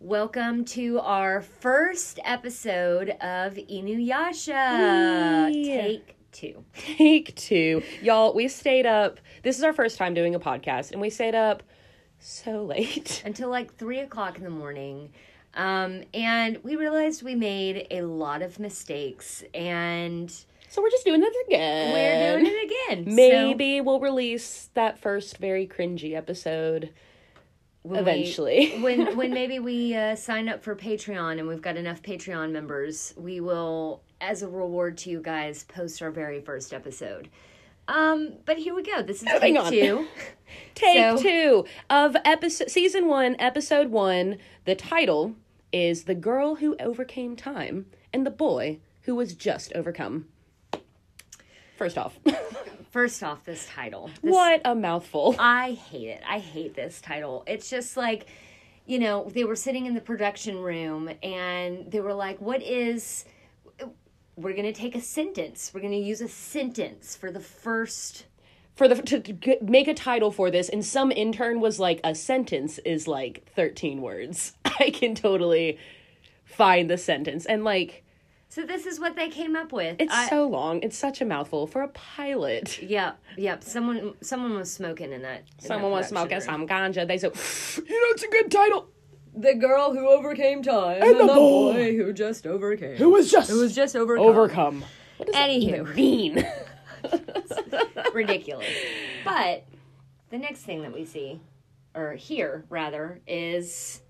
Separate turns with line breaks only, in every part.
Welcome to our first episode of Inuyasha.
Yay.
Take two.
Take two. Y'all, we stayed up. This is our first time doing a podcast, and we stayed up so late.
Until like three o'clock in the morning. Um, and we realized we made a lot of mistakes and
So we're just doing this
we're
again.
doing it again. So
Maybe we'll release that first very cringy episode
when we-
eventually.
when when maybe we uh, sign up for Patreon and we've got enough Patreon members, we will, as a reward to you guys, post our very first episode. Um, but here we go. This is
Moving
take
on.
two.
Take
So-
two of episode season one, episode one. The title is "The Girl Who Overcame Time and the Boy Who Was Just Overcome." First off,
First off, this title. This-
what a mouthful!
I hate it. I hate this title. It's just like, you know, they were sitting in the production room and they were like, what is. We're going to take a sentence. We're going to use a sentence for the first.
For the to, to g- make a title for this, and some intern was like, "A sentence is like thirteen words." I can totally find the sentence, and like,
So this is what they came up with.
it's
I-
so long. It's such a mouthful for a pilot.
Yep, yep. Someone, someone was smoking in that. in
Someone
that
was smoking
production room.
some ganja. They said, "You know, it's a good title."
The girl who overcame time,
the boy.
who just overcame.
It was just.
just overcome.
overcome.
Anywho,
Bean.
ridiculous. But the next thing that we see, or hear rather, is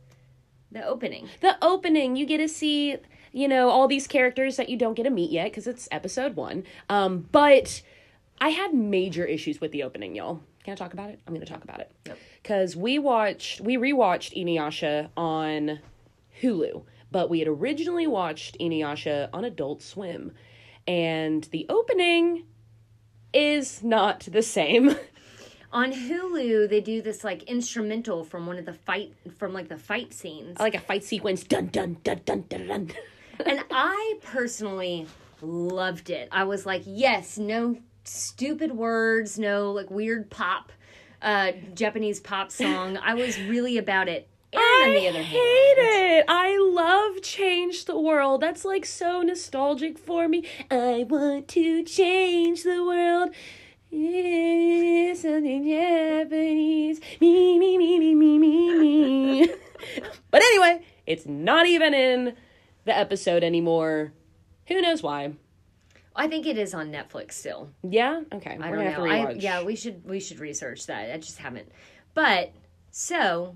the opening.
the opening, you get to see, you know, all these characters that you don't get to meet yet because it's episode one. Um, but I had major issues with the opening, y'all. Can I talk about it? I'm going to talk about it because we watched, we rewatched Inuyasha on Hulu, but we had originally watched Inuyasha on Adult Swim, and the opening is not the same.
On Hulu, they do this like instrumental from one of the fight from like the fight scenes,
like a fight sequence, dun dun dun dun dun dun.
and I personally loved it. I was like, yes, no stupid words, no like weird pop, uh, Japanese pop song. I was really about it. And on the other
I
hand,
hate it. I love change the world. That's like so nostalgic for me. I want to change the world. Yeah, something Japanese. Me me me me me me me. but anyway, it's not even in the episode anymore. Who knows why?
I think it is on Netflix still.
Yeah. Okay.
I
we're
don't
gonna
know.
Have
I,
to rewatch.
yeah, we should we should research that. I just haven't. But so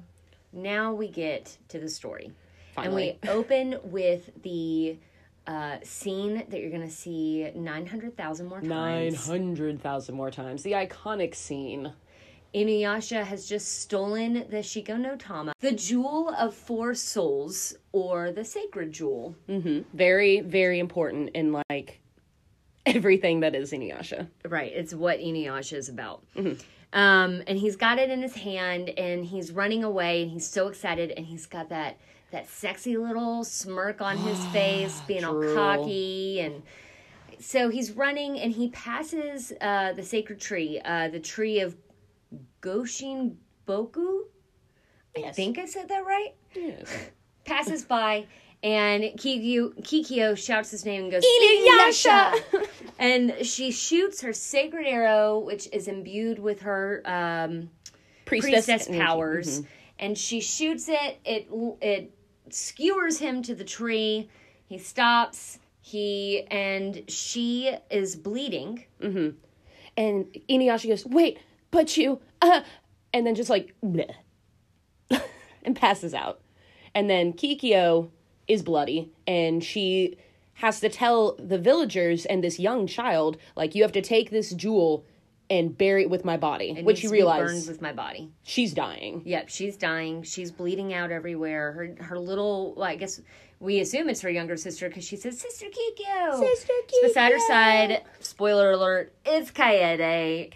now we get to the story,
Finally.
and we open with the uh, scene that you're gonna see nine hundred thousand more times.
Nine hundred thousand more times. The iconic scene.
Inuyasha has just stolen the Shiko no Tama, the jewel of four souls, or the sacred jewel.
very very important in like everything that is inuyasha
Right, it's what Inuyasha is about. Um, and he's got it in his hand, and he's running away, and he's so excited, and he's got that that sexy little smirk on his face, being all
True.
cocky, and so he's running, and he passes uh, the sacred tree, uh, the tree of Goshin Boku. I think I said that right. Passes by, and Kikyo, Kikyo shouts his name and goes,
Inuyasha!
and she shoots her sacred arrow, which is imbued with her um,
priestess,
priestess
energy. Mm-hmm.
powers. And she shoots it. It it skewers him to the tree. He stops. He and she is bleeding.
and inuyasha goes wait but you uh and then just like bleh, and passes out and then kikyo is bloody and she has to tell the villagers and this young child like you have to take this jewel and bury it with my body which
Needs
you
to be
realize
burned with my body.
she's dying
Yep, she's dying. She's bleeding out everywhere. Her her little, well, I guess we assume it's her younger sister because she says, "Sister Kikyo."
Sister
It's beside her
Kikyo.
side. Spoiler alert: It's Kaede.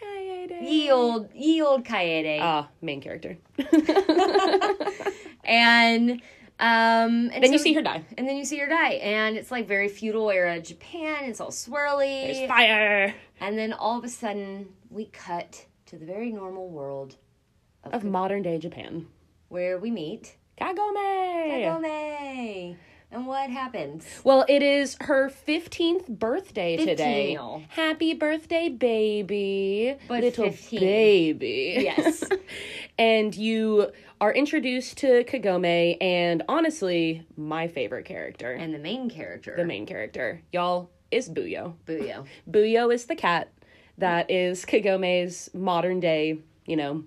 Ye old, ye old Kaede.
ah main character
and um, and
then you see her die
and then you see her die, and it's like very feudal era Japan. It's all swirly,
fire
and then all of a sudden we cut to the very normal world
of modern day Japan.
where we meet
Kagome.
Kagome. And what happens?
Well, it is her 15th birthday
15.
today. Happy birthday, baby.
But
Little
15.
baby.
Yes.
and you are introduced to Kagome and honestly, my favorite character,
And the main character.
the main character, y'all, is Buyo.
Booyo.
Buyo is the cat that is Kagome's modern day, you know,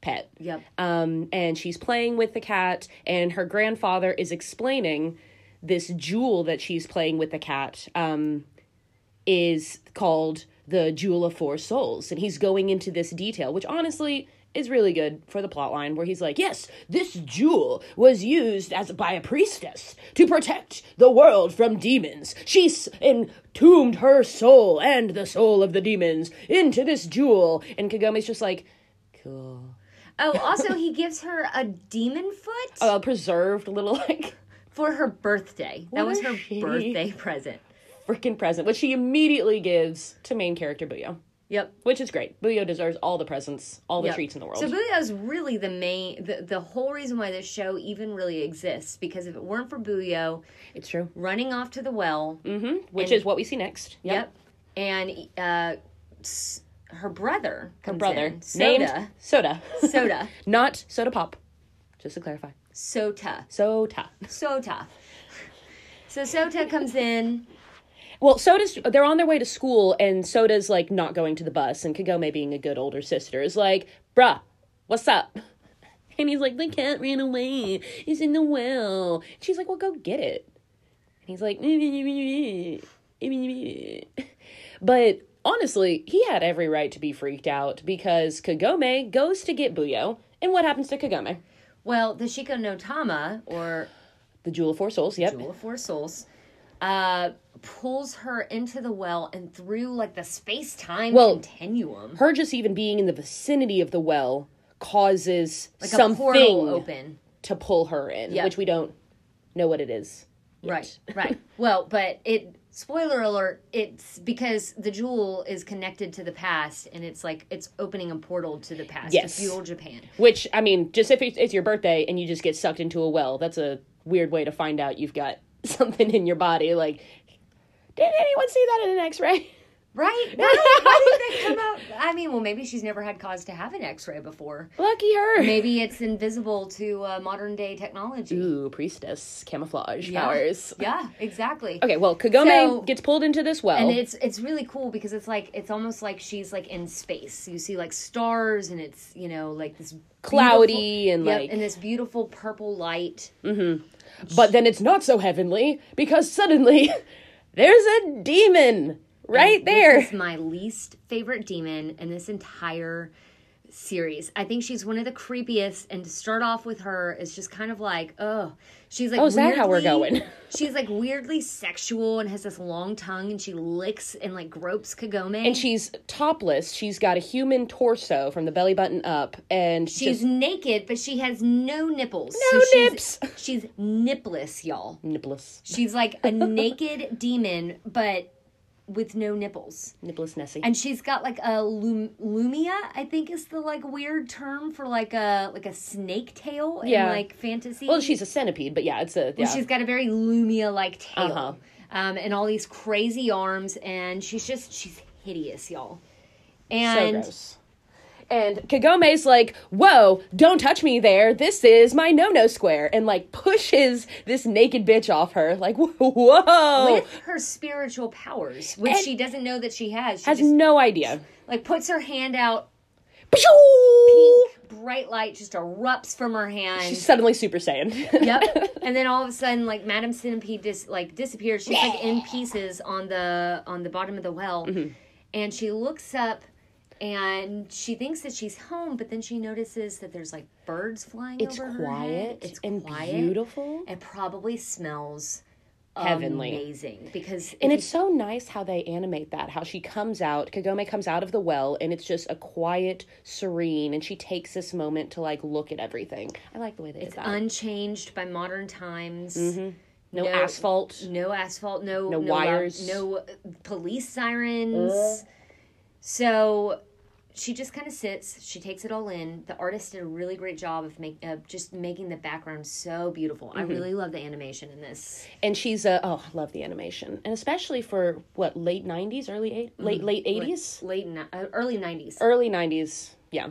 pet.
Yep.
Um, and she's playing with the cat, and her grandfather is explaining this jewel that she's playing with the cat um, is called the Jewel of Four Souls. And he's going into this detail, which honestly is really good for the plot line where he's like, Yes, this jewel was used as by a priestess to protect the world from demons. She s- entombed her soul and the soul of the demons into this jewel. And Kagome's just like, Cool.
Oh, also, he gives her a demon foot
a preserved little like
for her birthday. That
What
was
a
her
shitty-
birthday present.
freaking present, which she immediately gives to main character Buyo,
Yep.
which is great. Buyo deserves all the presents, all the
Yep.
treats in the world.
So Booyah's really the main, the, the whole reason why this show even really exists. Because if it weren't for Booyah
it's true.
running off to the well,
Mm-hmm. Which is what we see next.
yep, and uh, s- her brother,
Her brother named
Soda,
Soda.
Soda,
Not Soda Pop. Just to clarify,
Sota,
Soda.
Sota. So Sota comes in.
Well, Soda's they're on their way to school, and Soda's like not going to the bus, and Kagome, being a good older sister, is like, "Bruh, what's up?" And he's like, "The cat ran away. It's in the well." She's like, "Well, go get it." And he's like, but honestly, he had every right to be freaked out because Kagome goes to get Buyo, and what happens to Kagome?
Well, the Shiko no Tama, or
The Jewel of Four Souls. Yep.
Jewel of Four Souls, uh, pulls her into the well and through like the space time
Well,
continuum.
her just even being in the vicinity of the well causes
Like a portal
something
open.
to pull her in,
Yeah.
which we don't know what it is.
Right, right. Well, but it spoiler alert, it's because the jewel is connected to the past and it's like it's opening a portal to the past.
Yes.
To fuel Japan.
Which I mean, just if it's, it's your birthday and you just get sucked into a well, that's a weird way to find out you've got something in your body. Like, did anyone see that in an X-ray?
Right? Why, did- why did they come out? I mean, well maybe she's never had cause to have an x ray before.
Lucky her.
Maybe it's invisible to uh, modern day technology.
Ooh, priestess camouflage
Yeah.
powers.
Yeah, exactly.
Okay, well, Kagome
So-
gets pulled into this well.
And it's it's really cool because it's like it's almost like she's like in space. You see like stars and it's you know like this
Cloudy
beautiful-
and,
yep,
like-
and this beautiful purple light.
But then it's not so heavenly because suddenly there's a demon right there.
This is my least favorite demon in this entire series. I think she's one of the creepiest, and to start off with her is just kind of like, oh, she's like.
Oh, is that how we're
weirdly-
going?
she's like weirdly sexual and has this long tongue, and she licks and like gropes Kagome.
And she's topless. She's got a human torso from the belly button up, and
She's
just
naked, but she has no nipples.
No
she's-
nips.
She's nippless, y'all.
nippless,
She's like a naked demon, but with no nipples.
nippless Nessie.
And she's got like a lum- lumia, I think is the like weird term for like a like a snake tail in
Yeah.
like fantasy.
well, she's a centipede, but yeah, it's a yeah.
she's got a very lumia like tail.
Uh-huh.
Um, and all these crazy arms and she's just she's hideous, y'all.
so
And
gross. And Kagome's like, "Whoa, don't touch me there. This is my no-no square," and like pushes this naked bitch off her. Like, whoa,
with her spiritual powers, which she doesn't know that she has. She
has
just
no idea.
like puts her hand out,
Pshoo!
bright light just erupts from her hand.
She's suddenly Super Saiyan.
yep. And then all of a sudden, like Madame Centipede dis- like disappears. She's like in pieces on the on the bottom of the well,
Mm-hmm.
and she looks up. And she thinks that she's home, but then she notices that there's like birds flying
It's
over her head.
quiet.
It's
and
quiet.
beautiful.
It probably smells
Heavenly.
amazing because
And it's so nice how they animate that. How she comes out, Kagome comes out of the well, and it's just a quiet, serene, and she takes this moment to like look at everything. I like the way they did that.
unchanged by modern times.
no,
no- Mm-hmm.
asphalt.
No asphalt, no
No
lo-
wires.
no uh, police sirens. So she just kind of sits. She takes it all in. The artist did a really great job of make, uh, just making the background so beautiful. I really love the animation in this.
and she's a oh, I love the animation, and especially for what late '90s, early eight, late late '80s,
Late ni- uh, early nineties.
early 90s yeah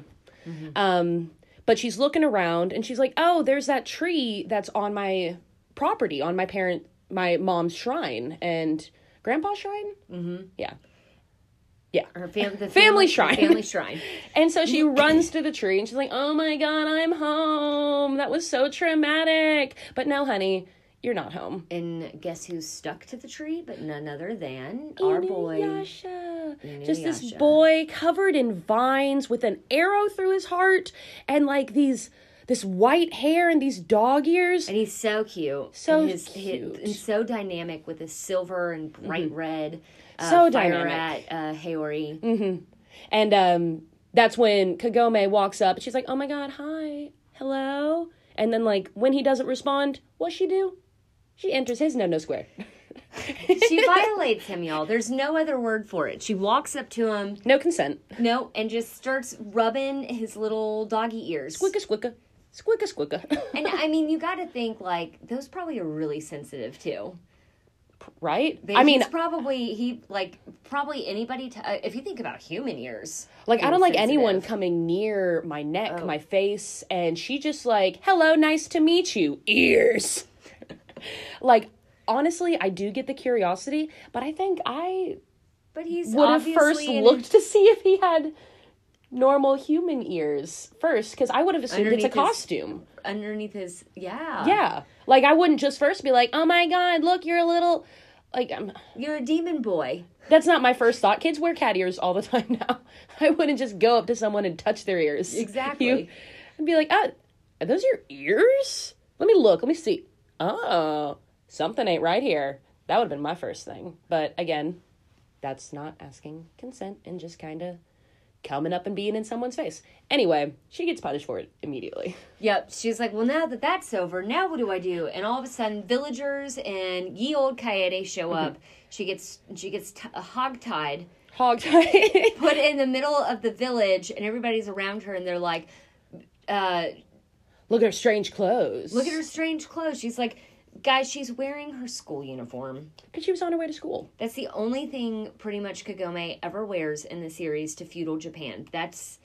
um but she's looking around and she's like oh there's that tree that's on my property on my parent my mom's shrine and grandpa's shrine mm-hmm. yeah yeah
Her fam- the family,
shrine.
Family shrine.
and so she runs to the tree and she's like oh my god i'm home that was so traumatic but no honey you're not home
And guess who's stuck to the tree? But none other than our boy.
Inuyasha. Just this
Inuyasha.
boy covered in vines with an arrow through his heart and like these this white hair and these dog ears.
And he's so cute.
So
and his,
cute. Mm-hmm.
and so dynamic with his silver and bright red. Uh,
So
fire
dynamic. Mm-hmm.
At, uh, Hayori.
And um that's when Kagome walks up and she's like, "Oh my god, hi. Hello." And then like when he doesn't respond, what she do? She enters his no no square.
She violates him, y'all. There's no other word for it. She walks up to him,
No consent.
no, and just starts rubbing his little doggy ears.
Squicka squicka. Squicka squicka.
And I mean, you got to think like those probably are really sensitive too.
right?
They-
I mean,
he's probably he like probably anybody. T- uh, if you think about human ears,
Like I
being
don't like
sensitive.
anyone coming near my neck, my face, and she just like, "Hello, nice to meet you." Ears. like honestly, I do get the curiosity, but I think I
But he's
would have
obviously
first
an-
looked to see if he had normal human ears first cuz I would have assumed it's a
Underneath his-
costume.
underneath his. Yeah,
Yeah. Like I wouldn't just first be like, "Oh my god, look, you're a little like I'm
You're a demon boy.
that's not my first thought. Kids wear cat ears all the time now. I wouldn't just go up to someone and touch their ears.
Exactly.
You- I'd be like, ah, are those your ears? Let me look. Let me see. Oh, something ain't right here. That would have been my first thing. But again, that's not asking consent and just kind of coming up and being in someone's face. Anyway, she gets punished for it immediately.
Yep. She's like, well, now that that's over, now what do I do? And all of a sudden, villagers and ye old Kaede show up. She gets she gets t- uh, hogtied,
Hog tie.
put in the middle of the village, and everybody's around her, and they're like, uh,
look at her strange clothes.
look at her strange clothes. She's like, guys, she's wearing her school uniform.
Because she was on her way to school.
That's the only thing pretty much Kagome ever wears in the series to feudal Japan. That's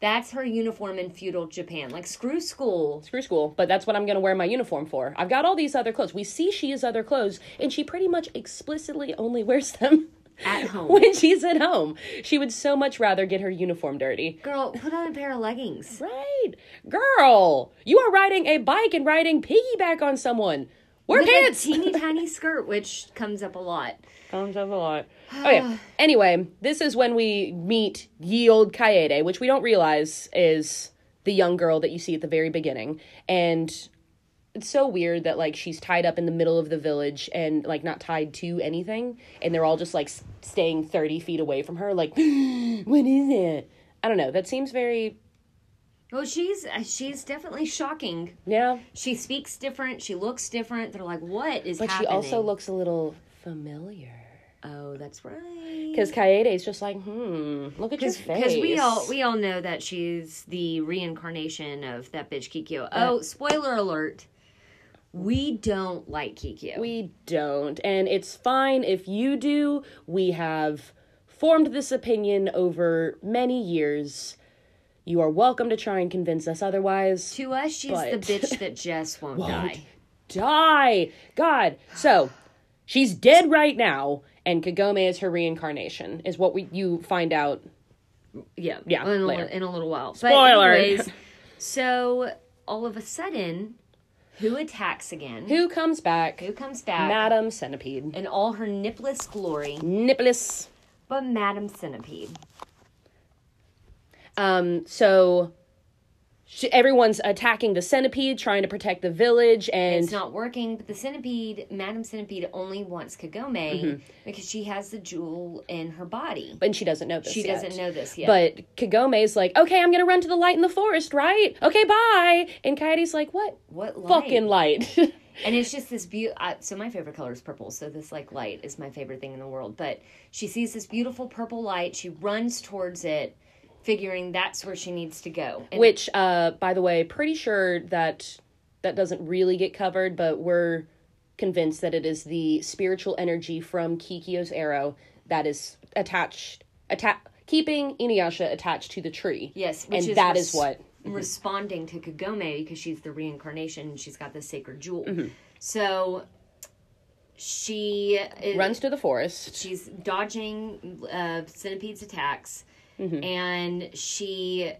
that's her uniform in feudal Japan. Like screw school.
screw school, but that's what I'm going to wear my uniform for. I've got all these other clothes. We see she has other clothes, and she pretty much explicitly only wears them
At home.
when she's at home. She would so much rather get her uniform dirty.
Girl, put on a pair of leggings.
Right. Girl, you are riding a bike and riding piggyback on someone. Wear
With a
pants.
teeny tiny skirt, which comes up a lot.
Comes up a lot. Oh yeah. Anyway, this is when we meet ye old Kaede, which we don't realize is the young girl that you see at the very beginning. And it's so weird that like she's tied up in the middle of the village and like not tied to anything, and they're all just like s- staying thirty feet away from her. Like, what is it? I don't know. That seems very
Well, she's uh, she's definitely shocking.
yeah.
She speaks different. She looks different. They're like, what is
But
happening?
she also looks a little familiar
Oh, that's right.
because Kaede is just like, hmm, look at your face.
Because we all we all know that she's the reincarnation of that bitch Kikyo. Oh, spoiler alert! We don't like Kikyo.
We don't. And it's fine if you do. We have formed this opinion over many years. You are welcome to try and convince us otherwise.
to us, she's
But-
the bitch that Jess won't, die.
Die! God. So, she's dead right now, and Kagome is her reincarnation, is what we you find out.
Yeah,
Yeah,
In a,
later.
little, in a little while.
Spoiler.
But anyways, so all of a sudden, who attacks again?
Who comes back?
Who comes back?
Madam Centipede.
in all her nipless glory,
Nippolis.
but Madam Centipede.
Um, so she, everyone's attacking the centipede, trying to protect the village, and
it's not working. But the centipede, Madam Centipede, only wants Kagome
Mm-hmm.
because she has the jewel in her body.
and she doesn't know this.
she
yet.
doesn't know this yet.
But Kagome's like, okay, I'm gonna run to the light in the forest, right? Okay, bye. And Coyote's like, what?
what light?
Fucking light.
And it's just this beautiful. So my favorite color is purple. So this like light is my favorite thing in the world. But she sees this beautiful purple light. She runs towards it, figuring that's where she needs to go. And
Which, uh, by the way, pretty sure that that doesn't really get covered, but we're convinced that it is the spiritual energy from Kikyo's arrow that is attached, atta- keeping Inuyasha attached to the tree.
yes, which
and that
is
is
res-
what.
Mm-hmm. responding to Kagome because she's the reincarnation and she's got the sacred jewel.
Mm-hmm.
So she is,
Runs through the forest.
she's dodging uh, centipede's attacks,
Mm-hmm.
and she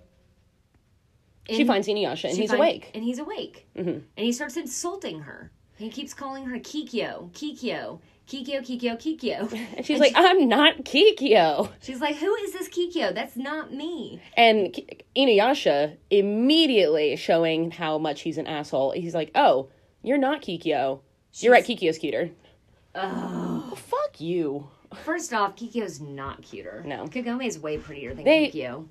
she finds Inuyasha and
she
he's
finds-
awake. Mm-hmm.
and he's awake, and he starts insulting her. He keeps calling her Kikyo, Kikyo, Kikyo, Kikyo, Kikyo.
And she's like, I'm not Kikyo.
She's like, "Who is this Kikyo? That's not me."
And K- Inuyasha immediately showing how much he's an asshole. He's like, "Oh, you're not Kikyo. you're right. Kikyo's cuter." Oh, fuck you.
First off, Kikyo's not cuter.
No.
Kagome is way prettier than
They-
Kikyo.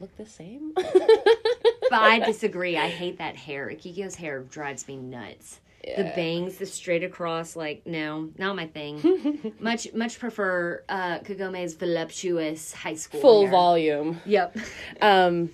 Look the same.
But I disagree. I hate that hair. Kikyo's hair drives me nuts. The bangs, the straight across, like no, not my thing. much, much prefer uh, Kagome's voluptuous high school
Full
hair.
volume.
Yep.
Um,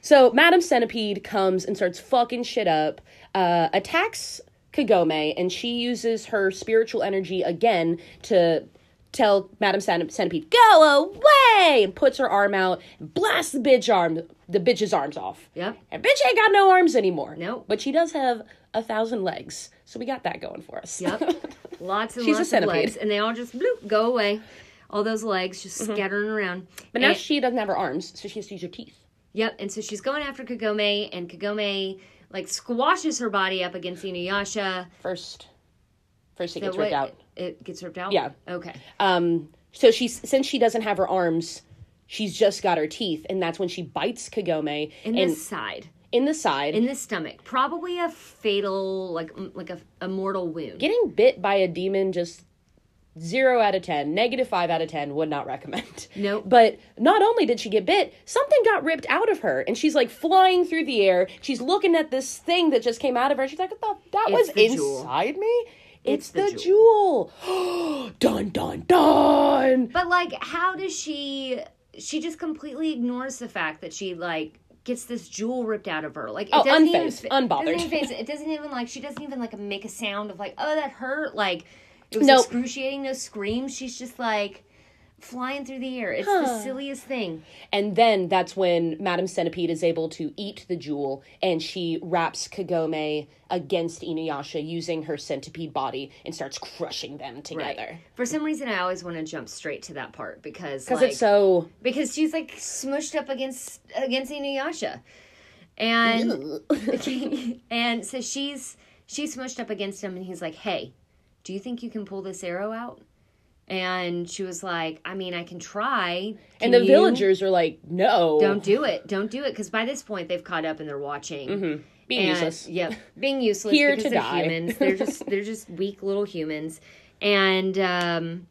so Madam Centipede comes and starts fucking shit up. Uh, attacks Kagome, and she uses her spiritual energy again to tell Madam Cent- Centipede go away, and puts her arm out, and blasts the bitch arm, the bitch's arms off.
Yep.
And bitch ain't got no arms anymore.
Nope.
But she does have a thousand legs, so we got that going for us.
Yep. Lots and
She's a
lots of
centipede.
legs, and they all just bloop go away. All those legs just
Mm-hmm.
scattering around.
but now she doesn't have her arms, so she has to use her teeth.
Yep, and so she's going after Kagome, and Kagome like squashes her body up against Inuyasha.
First, first she
So
gets ripped
what-
out.
It gets ripped out.
Yeah.
Okay.
Um, so she since she doesn't have her arms, she's just got her teeth, and that's when she bites Kagome
In
and
this side,
in the side.
in the stomach, probably a fatal, like m- like a, a mortal wound.
Getting bit by a demon just zero out of ten, negative five out of ten, would not recommend.
Nope.
But not only did she get bit, something got ripped out of her, and she's like flying through the air. She's looking at this thing that just came out of her. She's like, "What the- that was
the jewel.
inside me. It's,
the
the, jewel. dun dun dun.
but like, how does she? She just completely ignores the fact that she like gets this jewel ripped out of her. Like, it
Oh,
doesn't
unfazed, unbothered.
even, Doesn't even, phase- it doesn't even like she doesn't even like make a sound of like, oh, that hurt. Like, it was
Nope.
excruciating. No screams. She's just like flying through the air. It's the silliest thing.
And then that's when Madame Centipede is able to eat the jewel and she wraps Kagome against Inuyasha using her centipede body and starts crushing them together.
For some reason, I always want to jump straight to that part because
Because
like,
it's so.
because she's like smushed up against against Inuyasha, and and so she's she's smushed up against him, and he's like, "Hey, do you think you can pull this arrow out?" And she was like, "I mean, I can try."
and
Can
the
you?"
villagers are like, no.
don't do it, don't do it, because by this point they've caught up and they're watching.
Being
And-
useless.
Yep, being useless.
Here
because
to
they're
die.
Humans. They're just they're just weak little humans, and um,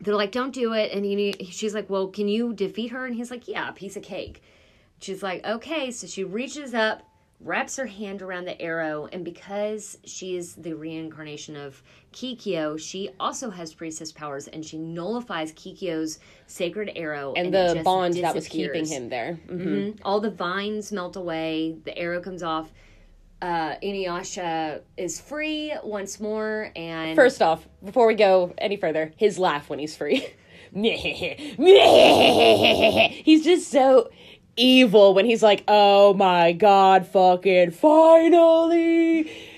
they're like, "Don't do it." And he, she's like, "Well, can you defeat her?" And he's like, "Yeah, a piece of cake." She's like, "Okay." So she reaches up, wraps her hand around the arrow, and because she is the reincarnation of Kikyo, she also has priestess powers, and she nullifies Kikyo's sacred arrow
And
it
the
just
bond that was keeping
disappears.
him there. Mhm.
Mhm. All the vines melt away. The arrow comes off. Uh, Inuyasha is free once more, and
First off, before we go any further, his laugh when he's free. he's just so evil when he's like, oh my god, fucking finally.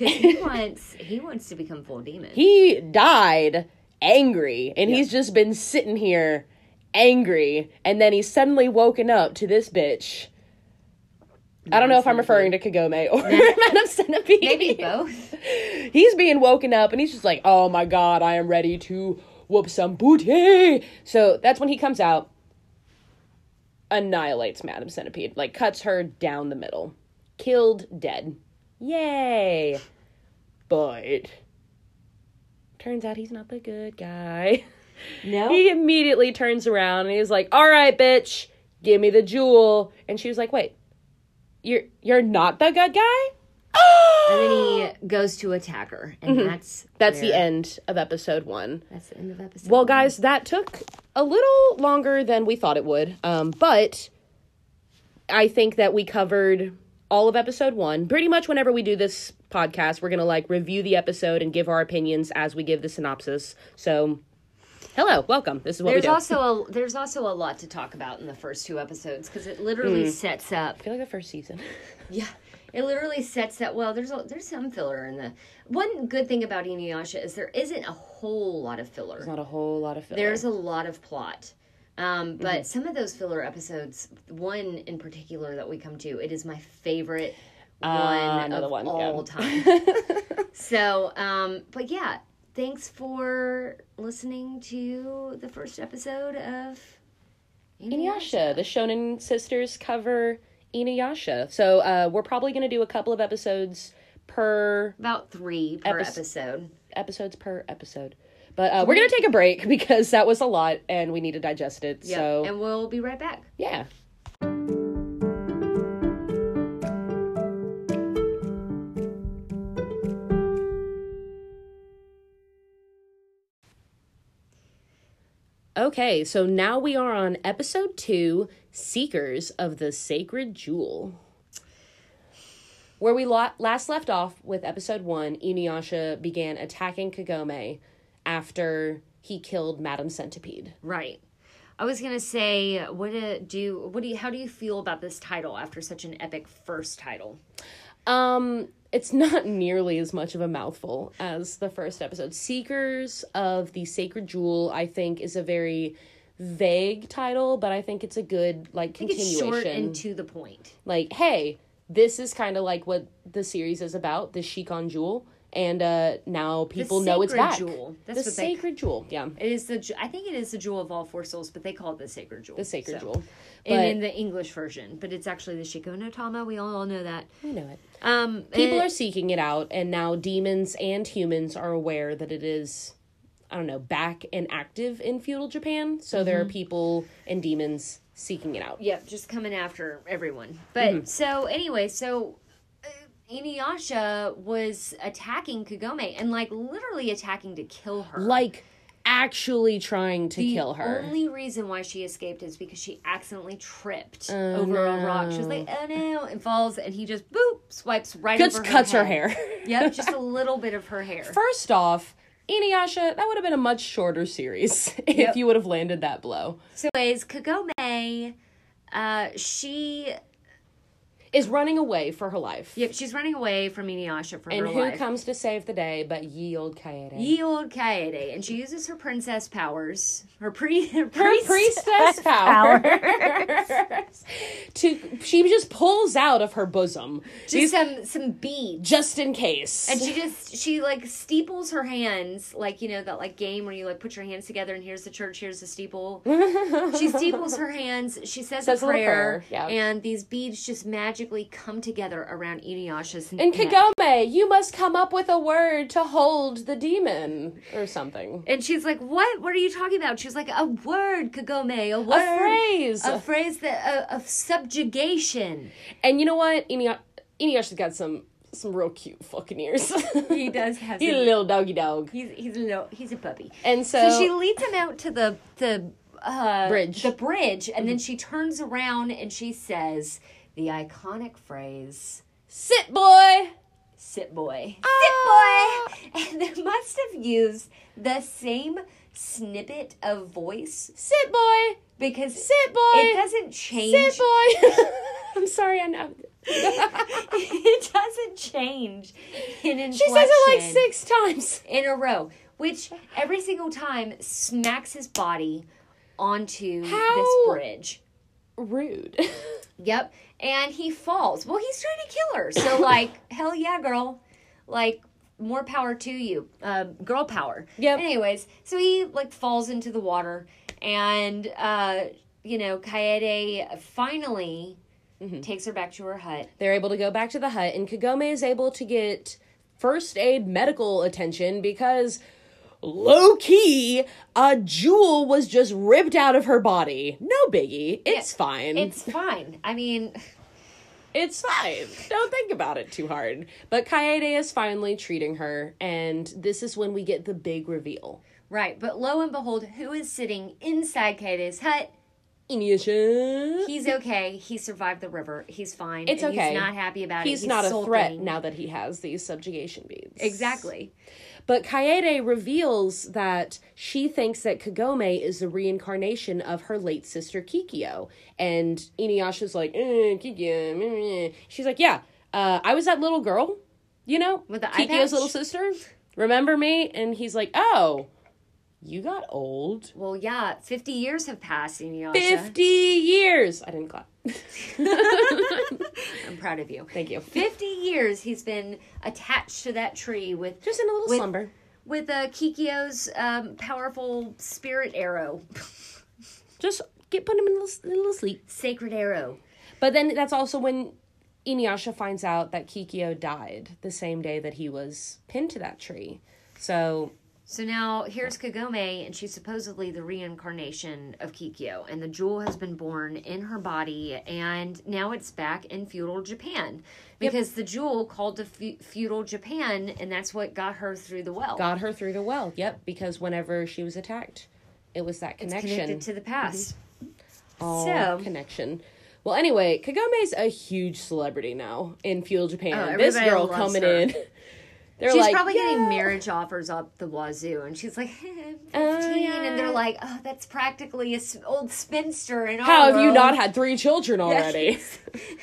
'cause he wants he wants to become full demon.
he died angry and he's just been sitting here angry and then he's suddenly woken up to this bitch I don't know if I'm referring to Kagome or Madame Centipede.
Maybe both.
He's being woken up and he's just like, oh my god, I am ready to whoop some booty. So that's when he comes out, annihilates Madame Centipede, like cuts her down the middle. Killed dead. Yay. But turns out he's not the good guy.
No,
He immediately turns around and he's like, "All right, bitch, give me the jewel." And she was like, "Wait, you're you're not the good guy?
and then he goes to attack her, and
Mm-hmm.
that's
That's the
where-
end of episode one.
That's the end of episode.
Well, guys, that took a little longer than we thought it would, um, but I think that we covered all of episode one. Pretty much whenever we do this podcast, we're going to like review the episode and give our opinions as we give the synopsis. So, hello, welcome. This is what we
there's
do.
also a there's also a lot to talk about in the first two episodes because it literally
Mm.
sets up.
I feel like the first season.
Yeah, it literally sets up. Well, there's a, there's some filler in the. One good thing about Inuyasha is there isn't a whole lot of filler.
Not a whole lot of filler.
There's a lot of plot. Um, but some of those filler episodes, one in particular that we come to, it is my favorite Uh, one
another
of
one, yeah.
all time. so, um, but yeah, thanks for listening to the first episode of
Inuyasha. The Shonen Sisters cover Inuyasha. So uh, we're probably going to do a couple of episodes per
About three per
Epis-
episode.
episodes per episode. But uh, we're going to take a break because that was a lot and we need to digest it.
Yep.
So
and we'll be right back.
yeah. Okay, so now we are on episode two Seekers of the Sacred Jewel. Where we lo- last left off with episode one, Inuyasha began attacking Kagome after he killed Madame Centipede.
Right. I was gonna say, what do, do you, what do you, how do you feel about this title after such an epic first title?
Um, it's not nearly as much of a mouthful as the first episode. Seekers of the Sacred Jewel, I think, is a very vague title, but I think it's a good like
I think it's
continuation.
short and to the point.
like, hey, this is kind of like what the series is about, the Shikon Jewel, and uh now people know it's
Sacred
back.
Jewel. That's
the
what they-
Sacred Jewel, yeah,
It is the ju- I think it is the jewel of all four souls, but they call it the sacred jewel.
the Sacred
So-
Jewel. But
And in the English version, but it's actually the Shikono Tama. We all, all know that.
you know it.
Um,
people
and-
are seeking it out and now demons and humans are aware that it is i don't know back and active in feudal japan so there are
Mm-hmm.
people and demons seeking it out
Yep, just coming after everyone. But
Mm-hmm.
so anyway, so uh, Inuyasha was attacking Kagome and like literally attacking to kill her.
like actually trying to kill her
The only reason why she escaped is because she accidentally tripped
Oh,
over a rock. She was like, "Oh no!" and falls, and he just boop swipes right.
just
over
cuts her
her
hair,
yep, just a little bit of her hair.
first off inuyasha that would have been a much shorter series if
Yep.
you would have landed that blow
So, anyways, Kagome, uh, she
is running away for her life
yep, she's running away from Inuyasha for
and
her
who
life.
comes to save the day but ye old kaede
Ye old Kaede, and she uses her princess powers, her pre her
her
priest,
priestess powers. to she just pulls out of her bosom
just some some beads.
just in case.
And she just she like steeples her hands, like you know that like game where you like put your hands together and here's the church, here's the steeple. she steeples her hands. She says,
Says a
a
little
prayer,
prayer, yeah.
and these beads just magically come together around Inuyasha's
and
neck.
Kagome, you must come up with a word to hold the demon or something.
And she's like, "What? What are you talking about?" She's like, "A word, Kagome, a word,
A phrase.
a phrase that uh, of subjugation."
and you know what? Inuya- Inuyasha's got some some real cute fucking ears.
He does have.
He's a
some-
little doggy dog.
He's he's a little, he's a puppy.
And so,
So she leads him out to the the uh,
Oh. Bridge. Mm-hmm.
the bridge, and then she turns around and she says the iconic phrase,
sit boy.
"Sit boy,
Ah.
sit boy," and they must have used the same snippet of voice
Sit boy.
because
Sit boy.
it doesn't change.
sit boy. I'm sorry, I know.
it doesn't change in inflection.
She says it like six times.
in a row, which every single time smacks his body onto
How?
this bridge.
Rude.
Yep, and he falls. Well, he's trying to kill her, so like, hell yeah, girl, like. More power to you, uh, girl power.
Yep.
Anyways, so he like falls into the water, and uh, you know Kaede finally
Mm-hmm.
takes her back to her hut.
They're able to go back to the hut, and Kagome is able to get first aid medical attention because low key, a jewel was just ripped out of her body. No biggie. It's fine.
It's fine. I mean,
It's fine. Don't think about it too hard. But Kaede is finally treating her, and this is when we get the big reveal.
Right, but lo and behold, who is sitting inside Kaede's hut?
Inuyasha.
He's okay. He survived the river. He's fine.
It's
and
okay.
He's not happy about it.
He's, not a threat
sulking.
now that he has these subjugation beads.
Exactly.
But Kaede reveals that she thinks that Kagome is the reincarnation of her late sister Kikyo. And Inuyasha's like, eh, Kikyo. meh, meh." She's like, yeah, uh, I was that little girl, you know,
With the eye patch?
Kikyo's little sister. Remember me? And he's like, oh, you got old.
Well, yeah, 50 years have passed, Inuyasha.
50 years. I didn't clap.
I'm proud of you.
Thank you.
50 years he's been attached to that tree with
Just in a little
With-
slumber.
with uh, Kikyo's um, powerful spirit arrow,
Just get put him in a little, in a little sleep.
sacred arrow.
But then that's also when Inuyasha finds out that Kikyo died the same day that he was pinned to that tree. So
So now here's Kagome, and she's supposedly the reincarnation of Kikyo, and the jewel has been born in her body, and now it's back in feudal Japan because the jewel called to fe- feudal Japan, and that's what got her through the well.
got her through the well. Yep, because whenever she was attacked, it was that
it's
connection. Mm-hmm.
connected to the past.
All
so-
connection. Well, anyway, Kagome's a huge celebrity now in Feudal Japan.
Oh,
this
everybody
girl
loves
coming
her.
in. They're
She's
like,
probably getting
"Yeah."
marriage offers up the wazoo, and she's like, "Eh,
Oh,
15. And they're
yeah.
like, oh, that's practically an old spinster in our
How have you
world."
not had three children already?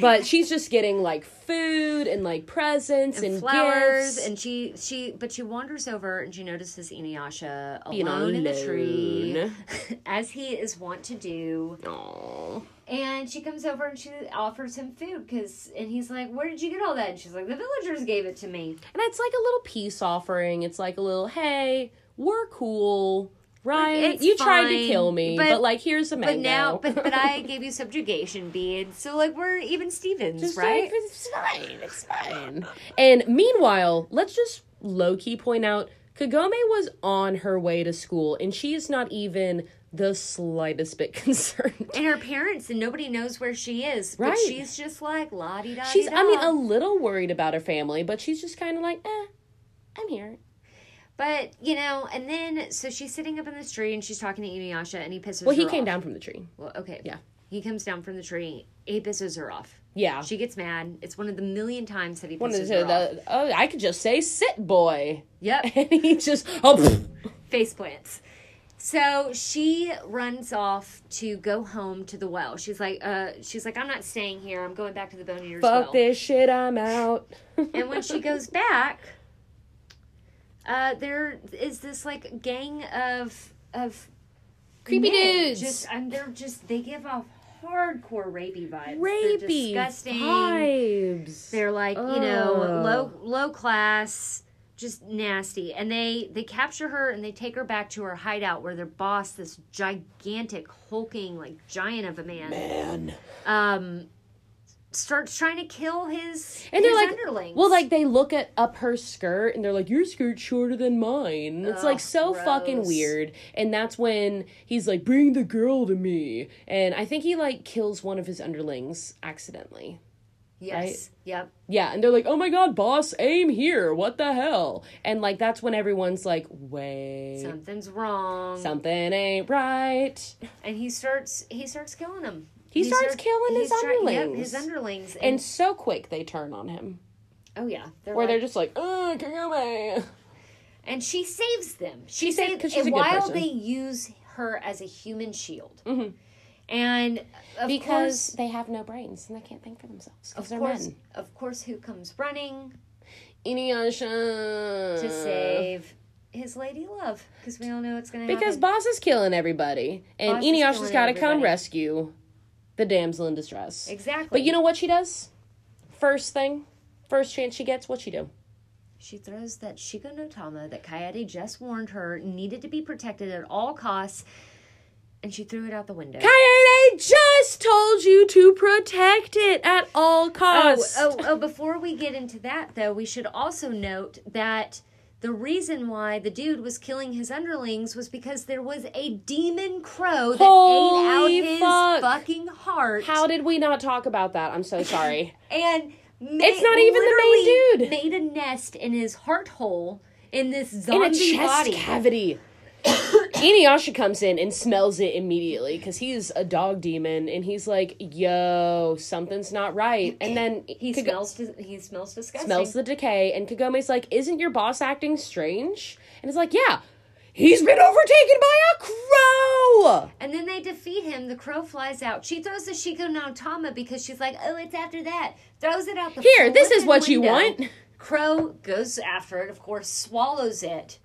but she's just getting like food and like presents and,
flowers
gifts.
and she she but she wanders over and she notices Inuyasha alone,
Being
in the
alone.
tree as he is wont to do
Aw.
and she comes over and she offers him food cuz and he's like where did you get all that and she's like the villagers gave it to me
And it's like a little peace offering. It's like a little, hey, we're cool, right?
Like, it's
you tried
fine,
to kill me,
but-
but, like here's a mango.
but now but, but I gave you subjugation beads so like we're even Stevens
Just
right
like, it's fine, it's fine. And meanwhile, let's just low key point out Kagome was on her way to school, and she is not even the slightest bit concerned.
and her parents and nobody knows where she is but
Right.
she's just like la di da
She's, I mean, a little worried about her family, but she's just kind of like, eh, I'm here.
but you know and then so she's sitting up in this tree and she's talking to Inuyasha and he pisses
Well,
her
he came
off.
down from the tree.
Well, okay.
Yeah.
He comes down from the tree. He pisses her off.
Yeah.
She gets mad. It's one of the million times that he pisses
One of
her off.
the, oh, I could just say sit boy.
Yep.
and he just oh pfft.
Face plants. So she runs off to go home to the well. She's like, uh, she's like, I'm not staying here. I'm going back to the Bone Eaters well.
fuck this shit i'm out
And when she goes back, uh, there is this like gang of of
creepy
men.
dudes
Just and they're just they give off hardcore rapey vibes. They're
rapey
disgusting.
vibes
They're like, you know,
Ugh.
low low class, just nasty. And they they capture her and they take her back to her hideout where their boss, this gigantic hulking like giant of a man,
man
um starts trying to kill his
and
his
they're like
underlings.
well like they look at up her skirt and they're like your skirt's shorter than mine it's
Ugh,
like so fucking
gross.
weird and that's when he's like bring the girl to me and i think he like kills one of his underlings accidentally
yes.
right?
Yep.
yeah, and they're like, "Oh my god, boss, aim here! What the hell?" And like, that's when everyone's like, "Wait,
Something's wrong.
something ain't right."
and he starts he starts killing them.
He starts killing his
he's try- yep,
underlings.
his underlings. And,
and so quick they turn on him
oh yeah. They're
where
like,
they're just like oh Kagome.
and she saves them. She,
She saved-
saves
'cause she's a
and
good
while
person. Mm-hmm.
they use her as a human shield, and of
because
course,
they have no brains and they can't think for themselves because
of
they're
course,
men
of course, who comes running
Inuyasha
to save his lady love? Because we all know it's going to
because
happen.
boss is killing everybody and
Boss is
Inuyasha's
killing
got to
everybody.
come rescue the damsel in distress
exactly.
but you know what she does first thing first chance she gets what she do
she throws that Shigo no Tama that Kaede just warned her needed to be protected at all costs, and she threw it out the window.
Kaede just told you to protect it at all
Oh,
costs
oh, oh, before we get into that, though, we should also note that The reason why the dude was killing his underlings was because there was a demon crow that
Holy
ate out his
fuck.
fucking heart.
How did we not talk about that? I'm so sorry.
and ma-
It's not even the main
literally Made a nest in his heart hole in this
In
zombie
a chest
body.
cavity. Inuyasha comes in and smells it immediately because he's a dog demon and he's like, "Yo, something's not right." And then
He
Kago-
smells. dis- He smells disgusting.
smells the decay, and Kagome's like, Isn't your boss acting strange? And he's like, Yeah, he's been overtaken by a crow!
And then they defeat him. The crow flies out. She throws the Shiko no Tama because she's like, oh, it's after that. Throws it out the
Here, this is
flippin'
what you
window.
want.
Crow goes after it, of course, swallows it.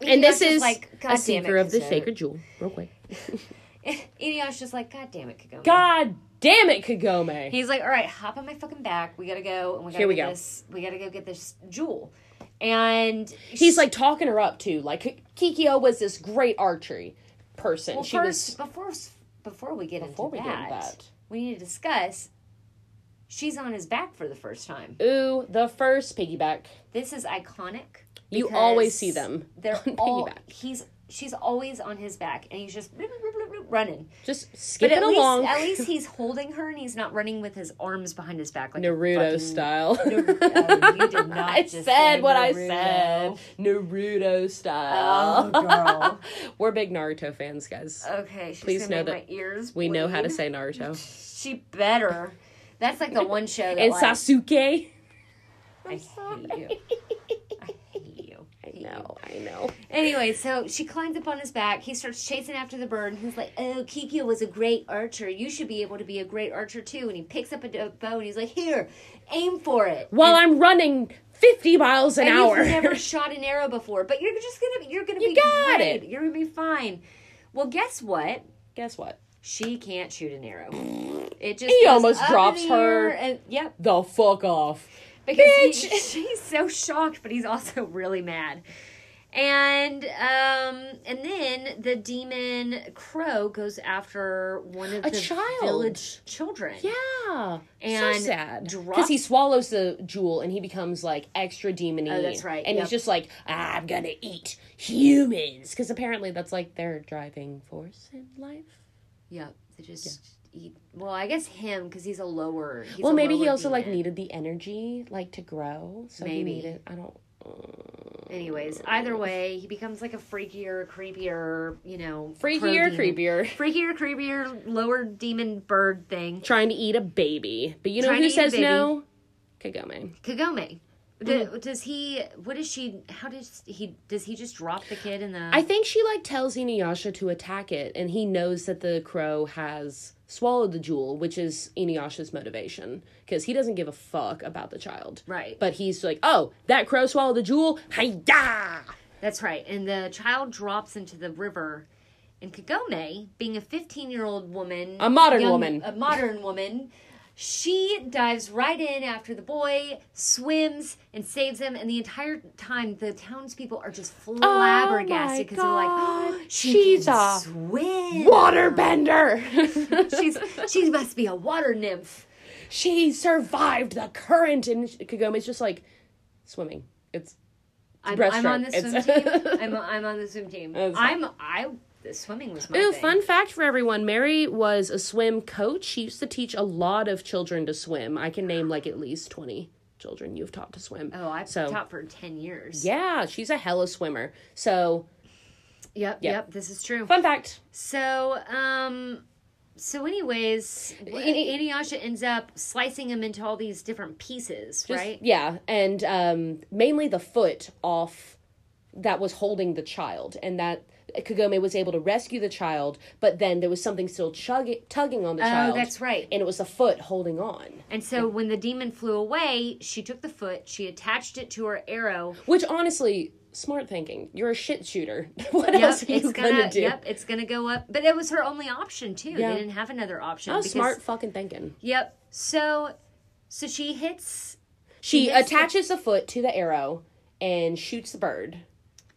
And this is
Inuyasha's "God
a
damn it,
seeker of the
Kazuto."
sacred jewel. Real quick.
Inuyasha's like, God damn it, Kagome.
God damn it, Kagome.
He's like, all right, hop on my fucking back. We gotta go. And we gotta
Here we
get
go.
This, we gotta go get this jewel. And
he's like talking her up too. Like, Kikyo was this great archery person.
Well,
she
first,
was.
before before we get
Before
into
we get into
that,
that.
we need to discuss. She's on his back for the first time.
Ooh, the first piggyback.
This is iconic.
You
because
always see them
They're
on
all
piggyback.
he's she's always on his back, and he's just bloop, bloop, bloop, bloop, running.
Just
But
skip it
at least,
along.
at least he's holding her, and he's not running with his arms behind his back like a
Naruto
fucking-
style.
Naruto, you did not
I
just
said
say
what I
Naruto.
said. Naruto
Oh,
style.
girl. Uh,
We're big Naruto fans, guys.
Okay, she's
Please
gonna
know
make my ears.
we know how to
bleed.
say Naruto.
She better. That's like the one show that
And
like,
Sasuke.
I hate you. I hate you. I hate you.
No, I know.
Anyway, so she climbs up on his back. He starts chasing after the bird, and he's like, "Oh, Kikyo was a great archer. You should be able to be a great archer too." And he picks up a d- bow, and he's like, "Here, aim for it."
While I'm running 50 miles an
And
hour.
You've never shot an arrow before, but you're just gonna you're gonna be
got
great.
it.
You're gonna be fine. Well, guess what?
Guess what?
She can't shoot an arrow. It just
He
goes
almost
up in
drops
the
her.
air And, yep,
The fuck off.
because he-
Bitch.
he's so shocked, but he's also really mad. And um, and then the demon crow goes after one of
A
the
child.
village children.
Yeah. so
And
sad. Because
drops-
he swallows the jewel and he becomes like extra demon
Oh, that's right,
And
yep.
he's just like, I'm going to eat humans. Because apparently that's like their driving force in life.
Yep, They just eat. Well, I guess him because he's a lower. he's
well,
a
maybe he
lower
also like
demon.
needed the energy like to grow. So he
Maybe.
needed. I don't. uh,
Anyways, either way, he becomes like a freakier, creepier, you know,
Freakier,
crow demon.
creepier.
freakier, creepier, lower demon bird thing.
Trying to eat a baby, but you know
Trying
who
to eat a
says
baby.
no? Kagome.
Kagome. The-
Mm-hmm.
Does he? What does she? How does he? Does he just drop the kid in the?
I think she like tells Inuyasha to attack it, and he knows that the crow has swallowed the jewel, which is Inuyasha's motivation because he doesn't give a fuck about the child,
Right.
But he's like, oh, that crow swallowed the jewel, hi
That's right. And the child drops into the river, and Kagome, being a fifteen-year-old woman,
A modern woman.
a modern woman. She dives right in after the boy, swims and saves him, and the entire time the townspeople are just flabbergasted because they're like,
Oh God.
oh, she
She's
can
a
swim.
Waterbender!
She's she must be a water nymph.
she survived the current, and Kagome's just like swimming. It's
I'm, I'm on the
breaststroke.
swim team. I'm, I'm on the swim team.
It's
I'm I. The swimming was my
Ooh,
thing.
fun fact for everyone. Mary was a swim coach. She used to teach a lot of children to swim. I can name like at least 20 children you've taught to swim.
Oh, I've
So-
taught for ten years.
Yeah, she's a hella swimmer. So,
Yep, yep. This is true.
fun fact.
So, um, so anyways,
Ini-
Inuyasha ends up slicing him into all these different pieces,
Just-
right?
Yeah, and um, mainly the foot off that was holding the child, and that Kagome was able to rescue the child, but then there was something still chugging, tugging on the child.
Oh, that's right.
And it was the foot holding on,
And so when the demon flew away, she took the foot, she attached it to her arrow.
which honestly, smart thinking. You're a shit shooter. what
Yep,
else are you
it's
gonna,
gonna,
do?
yep, it's gonna go up. But it was her only option too.
Yeah.
They didn't have another option.
That was
because-
smart fucking thinking.
Yep. So, so she hits
She
hits the-
attaches the foot to the arrow and shoots the bird,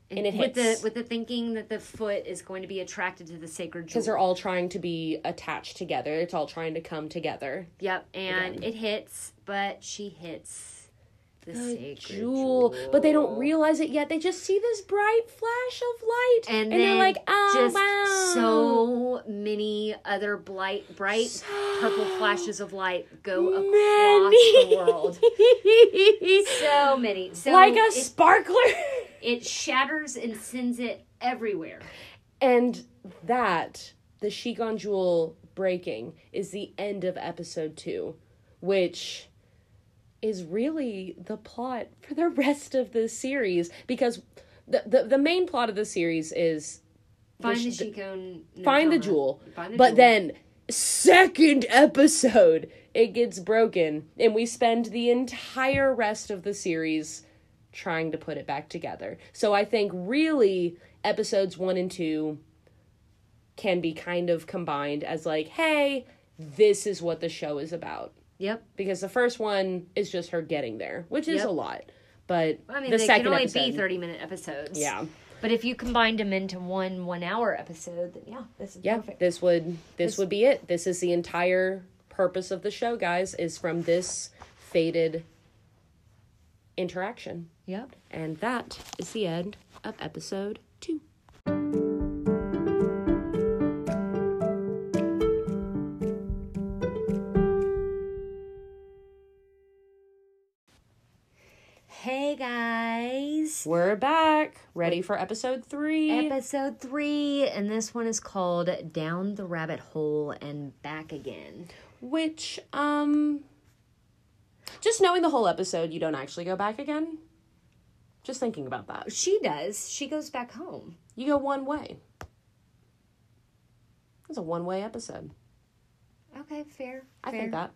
and it
with
hits.
the with the thinking that the foot is going to be attracted to the sacred jewel.
because they're all trying to be attached together. It's all trying to come together.
Yep, and it hits, but she hits The, sacred
jewel, but they don't
jewel.
realize it yet. They just see this bright flash of light,
And,
and,
then
they're like, "Oh
just
wow!"
so many other blight, bright purple flashes of light go across the world. So many. So
like a
it,
sparkler.
it shatters and sends it everywhere.
and that the Shigon jewel breaking is the end of episode two, which is really the plot for the rest of the series because the the, the main plot of the series is
Find the,
sh-
Shikon. no,
find the
comma.
jewel.
Find the
but
jewel.
then second episode it gets broken and we spend the entire rest of the series trying to put it back together. So I think really episodes 1 and 2 can be kind of combined as like hey, this is what the show is about
Yep.
because the first one is just her getting there, which is
Yep.
a lot. But
I mean,
the
they
second
can only
episode,
be 30 minute episodes.
yeah,
But if you combined them into one one hour episode, then yeah, this is
yeah,
perfect.
this would this, would be it. This is the entire purpose of the show, guys, is from this faded interaction,
Yep.
and that is the end of episode two.
Hey guys.
We're back, ready for episode three.
Episode three, and this one is called Down the Rabbit Hole and Back Again.
which um just knowing the whole episode you don't actually go back again just thinking about that
She does. She goes back home.
you go one way it's a one-way episode
Okay, fair.
i
fair.
think that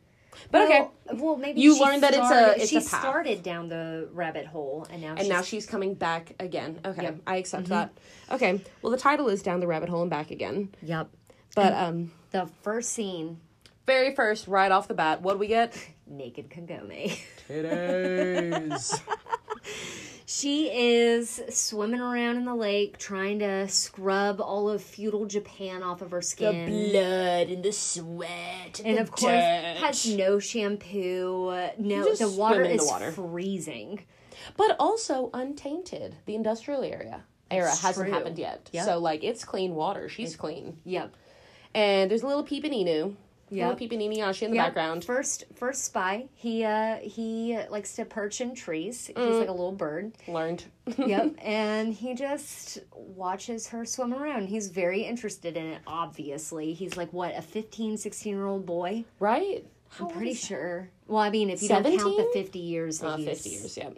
but okay
okay. Well, maybe
You
she
learned that it's a-
started-
it's
she
a path.
started down the rabbit hole, and now
and
she's,
now she's Mm-hmm. coming back again okay i accept that okay well the title is down the rabbit hole and back again
yep.
but um
The first scene,
very first right off the bat what do we get
naked Kagome.
titties
She is swimming around in the lake trying to scrub all of feudal Japan off of her skin.
blood and the sweat
and of course, has no shampoo. uh, No,
just
the water
swim in the
is
water.
freezing.
but also untainted. The industrial area era hasn't
true.
happened yet,
Yep.
so like it's clean water. She's clean,
Yep.
and there's a little peepininu, little
Yep.
peepininu Yashi in the
Yep.
background.
First, first spy. He uh he likes to perch in trees.
Mm.
He's like a little bird.
Learned.
yep. And he just watches her swim around. He's very interested in it. Obviously, he's like what a 15, 16 year old boy.
right? How
I'm
old
pretty
is-
sure. Well, I mean, if you don't count
17?
the 50 years that
Uh,
he's...
Fifty years. Yep.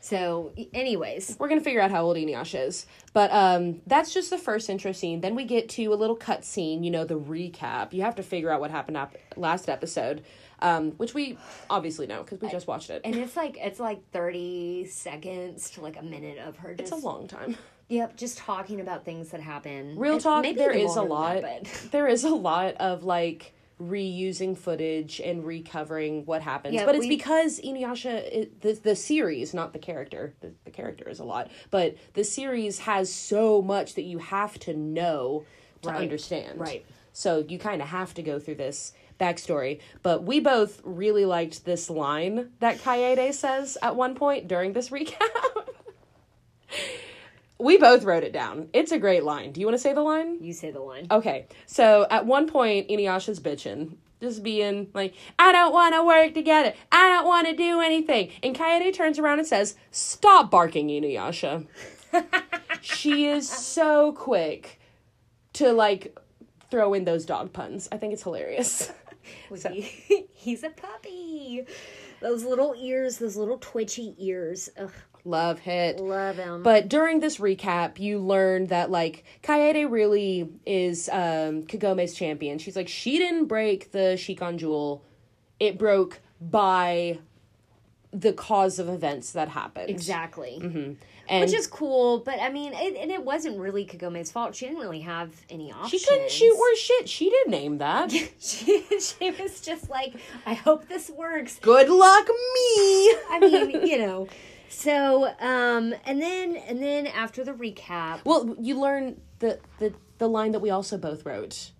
So, y- anyways.
We're gonna figure out how old Inuyasha is, but um, that's just the first intro scene. Then we get to a little cut scene. You know, the recap. You have to figure out what happened ap- last episode, um, which we obviously know because we just watched it.
And it's like it's like 30 seconds to like a minute of her just
It's a long time.
yep, just talking about things that happen.
Real
It-
talk,
maybe
there
even
is a
longer
lot.
than that,
There is a lot of like reusing footage and recovering what happens,
Yeah,
but it's
we-
because Inuyasha, it, the the series, not the character. The, the character is a lot, but the series has so much that you have to know to
Right.
understand.
Right.
So you kind of have to go through this backstory. But we both really liked this line that Kaede says at one point during this recap. we both wrote it down. It's a great line. Do you want to say the line?
but you say the line.
Okay, so at one point, Inuyasha's bitching, just being like, I don't want to work together. I don't want to do anything. And Kaede turns around and says, Stop barking, Inuyasha. she is so quick to like throw in those dog puns. I think it's hilarious.
Would be- he's a puppy. Those little ears, those little twitchy ears. Ugh,
Love hit.
love him.
But during this recap, you learn that like Kaede really is um, Kagome's champion. She's like she didn't break the Shikon jewel; it broke by the cause of events that happened.
exactly.
Mm-hmm. And
Which is cool, but I mean, it, and it wasn't really Kagome's fault. She didn't really have any options.
she couldn't shoot worse shit. She didn't name that.
she, she was just like, I hope this works.
Good luck me.
I mean, you know. So, um, and then and then after the recap.
well, you learn the the the line that we also both wrote.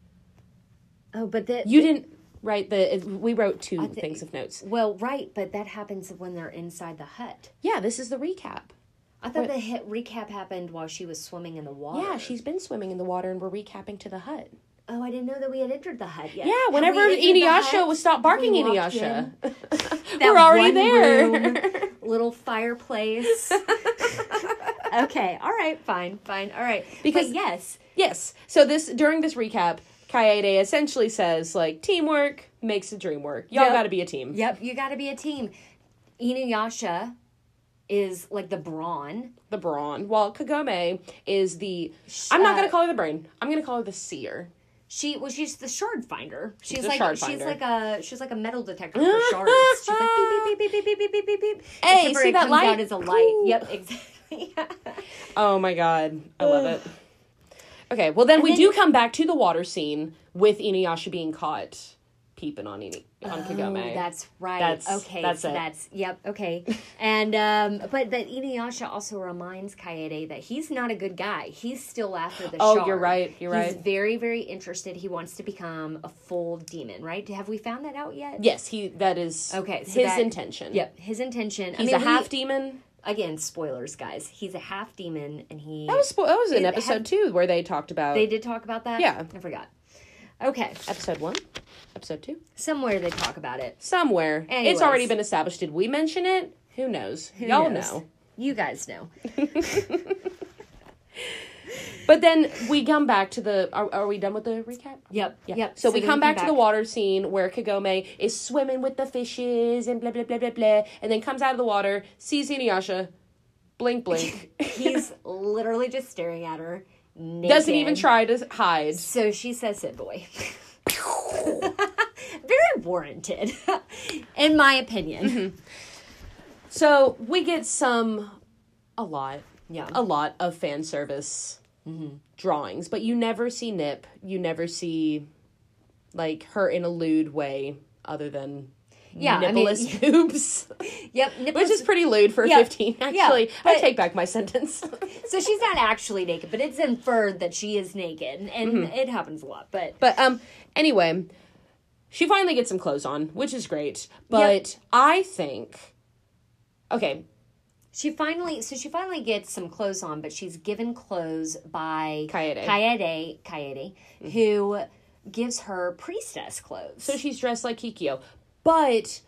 Oh, but the
You didn't. right? The we wrote two things of notes.
Well, right, but that happens when they're inside the hut.
Yeah, this is the recap.
I thought the hit recap happened while she was swimming in the water.
Yeah, she's been swimming in the water, and we're recapping to the hut.
Oh, I didn't know that we had entered the hut yet.
Yeah,
Had we
whenever
entered the
Inuyasha
hut?
was stopped barking,
we walked
Inuyasha,
That
we're already
one
there.
room, little fireplace. okay, all right, fine, fine, all right.
Because-
Because yes,
Yes. So this during this recap, Kaede essentially says like teamwork makes the dream work. Y'all
Yep.
got to be a team.
yep, you got to be a team. Inuyasha is like the brawn.
The brawn. While Kagome is the I'm not going to call her the brain. I'm going to call her the seer.
She well, she's the shard finder. She's,
a
like
shard
she's
finder.
like a she's like a metal detector for shards. She's like beep beep beep beep beep beep beep beep.
Hey,
Except for
see
it
that
comes
light?
out as a light.
Cool.
Yep, exactly.
Oh my god. I love it. Okay, well then we do come back to the water scene with Inuyasha being caught peeping on Ini-
Oh,
on Kagome.
That's right.
That's-
okay.
that's
so
it.
that's yep. Okay. And um, but that Inuyasha also reminds Kaede that he's not a good guy. He's still after the.
Oh,
shard.
you're right, you're
he's
right.
very very interested. He wants to become a full demon. Right? Have we found that out yet?
yes, he that is
Okay, so
his
that-
intention.
Yep. His intention.
He's
I
a
mean,
half
we-
demon.
again spoilers, guys. He's a half demon, and he
That was spo- that was an
It-
episode
have-
two where they talked about
They did talk about that?
Yeah.
I forgot. Okay.
episode one, episode two.
Somewhere they talk about it.
somewhere.
Anyways.
It's already been established. Did we mention it? Who knows? Y'all
knows?
know.
You guys know.
But then we come back to the. Are, are we done with the recap?
Yep. Yep.
So, we
then
come back, to the water scene where Kagome is swimming with the fishes and blah blah blah blah blah, and then comes out of the water, sees Inuyasha, blink blink,
He's literally just staring at her. Naked.
doesn't even try to hide.
So she says, "Sit, boy." Very warranted, in my opinion.
Mm-hmm. So we get some, a lot,
Yeah.
a lot of fan service drawings, but you never see Nip. You never see, like her in a lewd way, other than
Yeah, I mean-
nippleless boobs,
Yep.
which is pretty lewd for
Yeah,
fifteen.
yeah,
Actually, I
but-
take back my sentence.
so she's not actually naked, but it's inferred that she is naked, and
Mm-hmm.
it happens a lot. But
but um, anyway, she finally gets some clothes on, which is great. But I think, okay,
She finally, so she finally gets some clothes on, but she's given clothes by
Kaede. Mm-hmm.
Kaede, Kaede, who gives her priestess clothes.
So she's dressed like Kikyo. But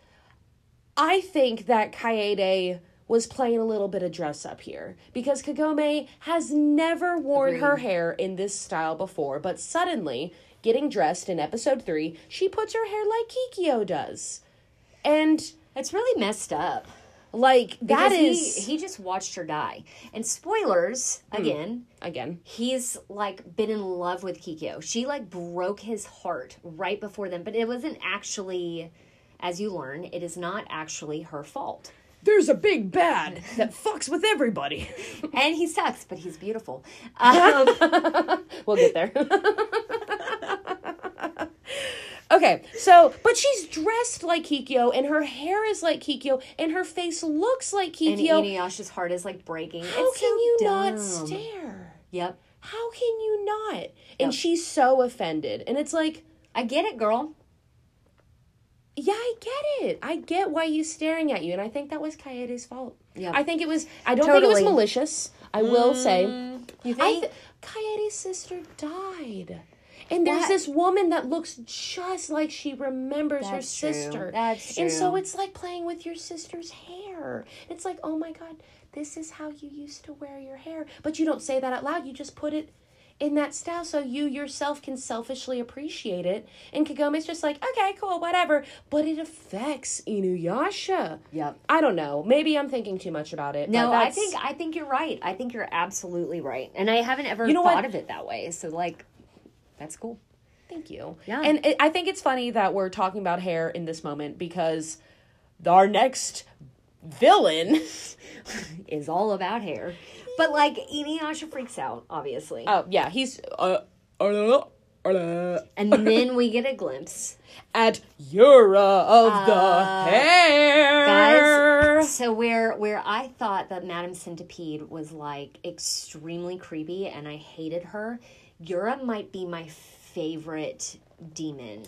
I think that Kaede was playing a little bit of dress up here because Kagome has never worn her hair in this style before, but suddenly, getting dressed in episode 3, she puts her hair like Kikyo does. And
it's really messed up.
like that
Because he-
is
he, just watched her die. And spoilers
Hmm.
again.
again.
He's like been in love with Kikyo. She like broke his heart right before them, but it wasn't actually, as you learn, it is not actually her fault.
There's a big bad that fucks with everybody.
and he sucks, but he's beautiful. Um,
We'll get there. okay, so but she's dressed like Kikyo, and her hair is like Kikyo, and her face looks like
And
Kikyo.
Inuyasha's heart is like breaking.
How
it's so
can you
dumb.
not stare?
Yep.
How can you not? And she's so offended, and it's like,
I get it, girl.
yeah, I get it. I get why he's staring at you, and I think that was Kaede's fault.
Yeah.
I think it was. I don't think it
Totally.
was
Mm,
malicious. I will say,
You
I
think?
th- Coyote's sister died. And there's
That-
this woman that looks just like she remembers her
That's true.
sister.
That's
And so
true.
it's like playing with your sister's hair. It's like, oh my God, this is how you used to wear your hair. But you don't say that out loud. You just put it in that style so you yourself can selfishly appreciate it. And Kagome's just like, okay, cool, whatever. But it affects Inuyasha.
Yep.
I don't know. Maybe I'm thinking too much about it. but
no, I
that's-
think I think you're right. I think you're absolutely right, and I haven't ever
You know
thought
what?
of it that way. So like, that's cool.
Thank you.
Yeah.
And it, I think it's funny that we're talking about hair in this moment because our next villain.
Is all about hair, but like Inuyasha freaks out obviously,
Oh, yeah, he's. Uh, uh, uh,
and then we get a glimpse.
at Yura of the Hair.
Guys, so where where I thought that Madame Centipede was like extremely creepy and I hated her, Yura might be my favorite demon.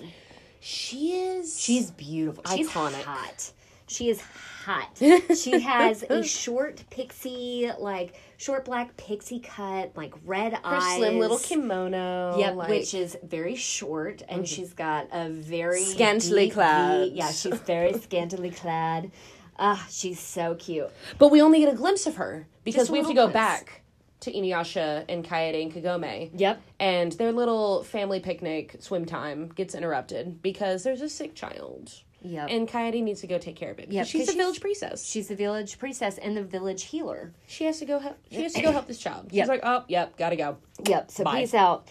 She is.
She's beautiful. She's
Iconic.
hot. She is hot. she has a short pixie, like short black pixie cut, like red
her
eyes.
slim little kimono.
Yep,
like-
which is very short, and she's got a very
Scantily
deep V-
clad.
Yeah, she's very scantily clad. Ah, she's so cute.
But we only get a glimpse of her because
Just a
we have to
little
go
glimpse.
back to Inuyasha and Kaede and Kagome.
Yep.
And their little family picnic swim time gets interrupted because there's a sick child.
Yep.
And Kaede needs to go take care of it. Yeah,
Yep,
she's
'cause
the
she's-
village princess.
She's the village princess and the village healer.
She has to go help. She has to go help this child. She's
Yep.
like, oh, yep, gotta go.
Yep. So
Bye.
peace out.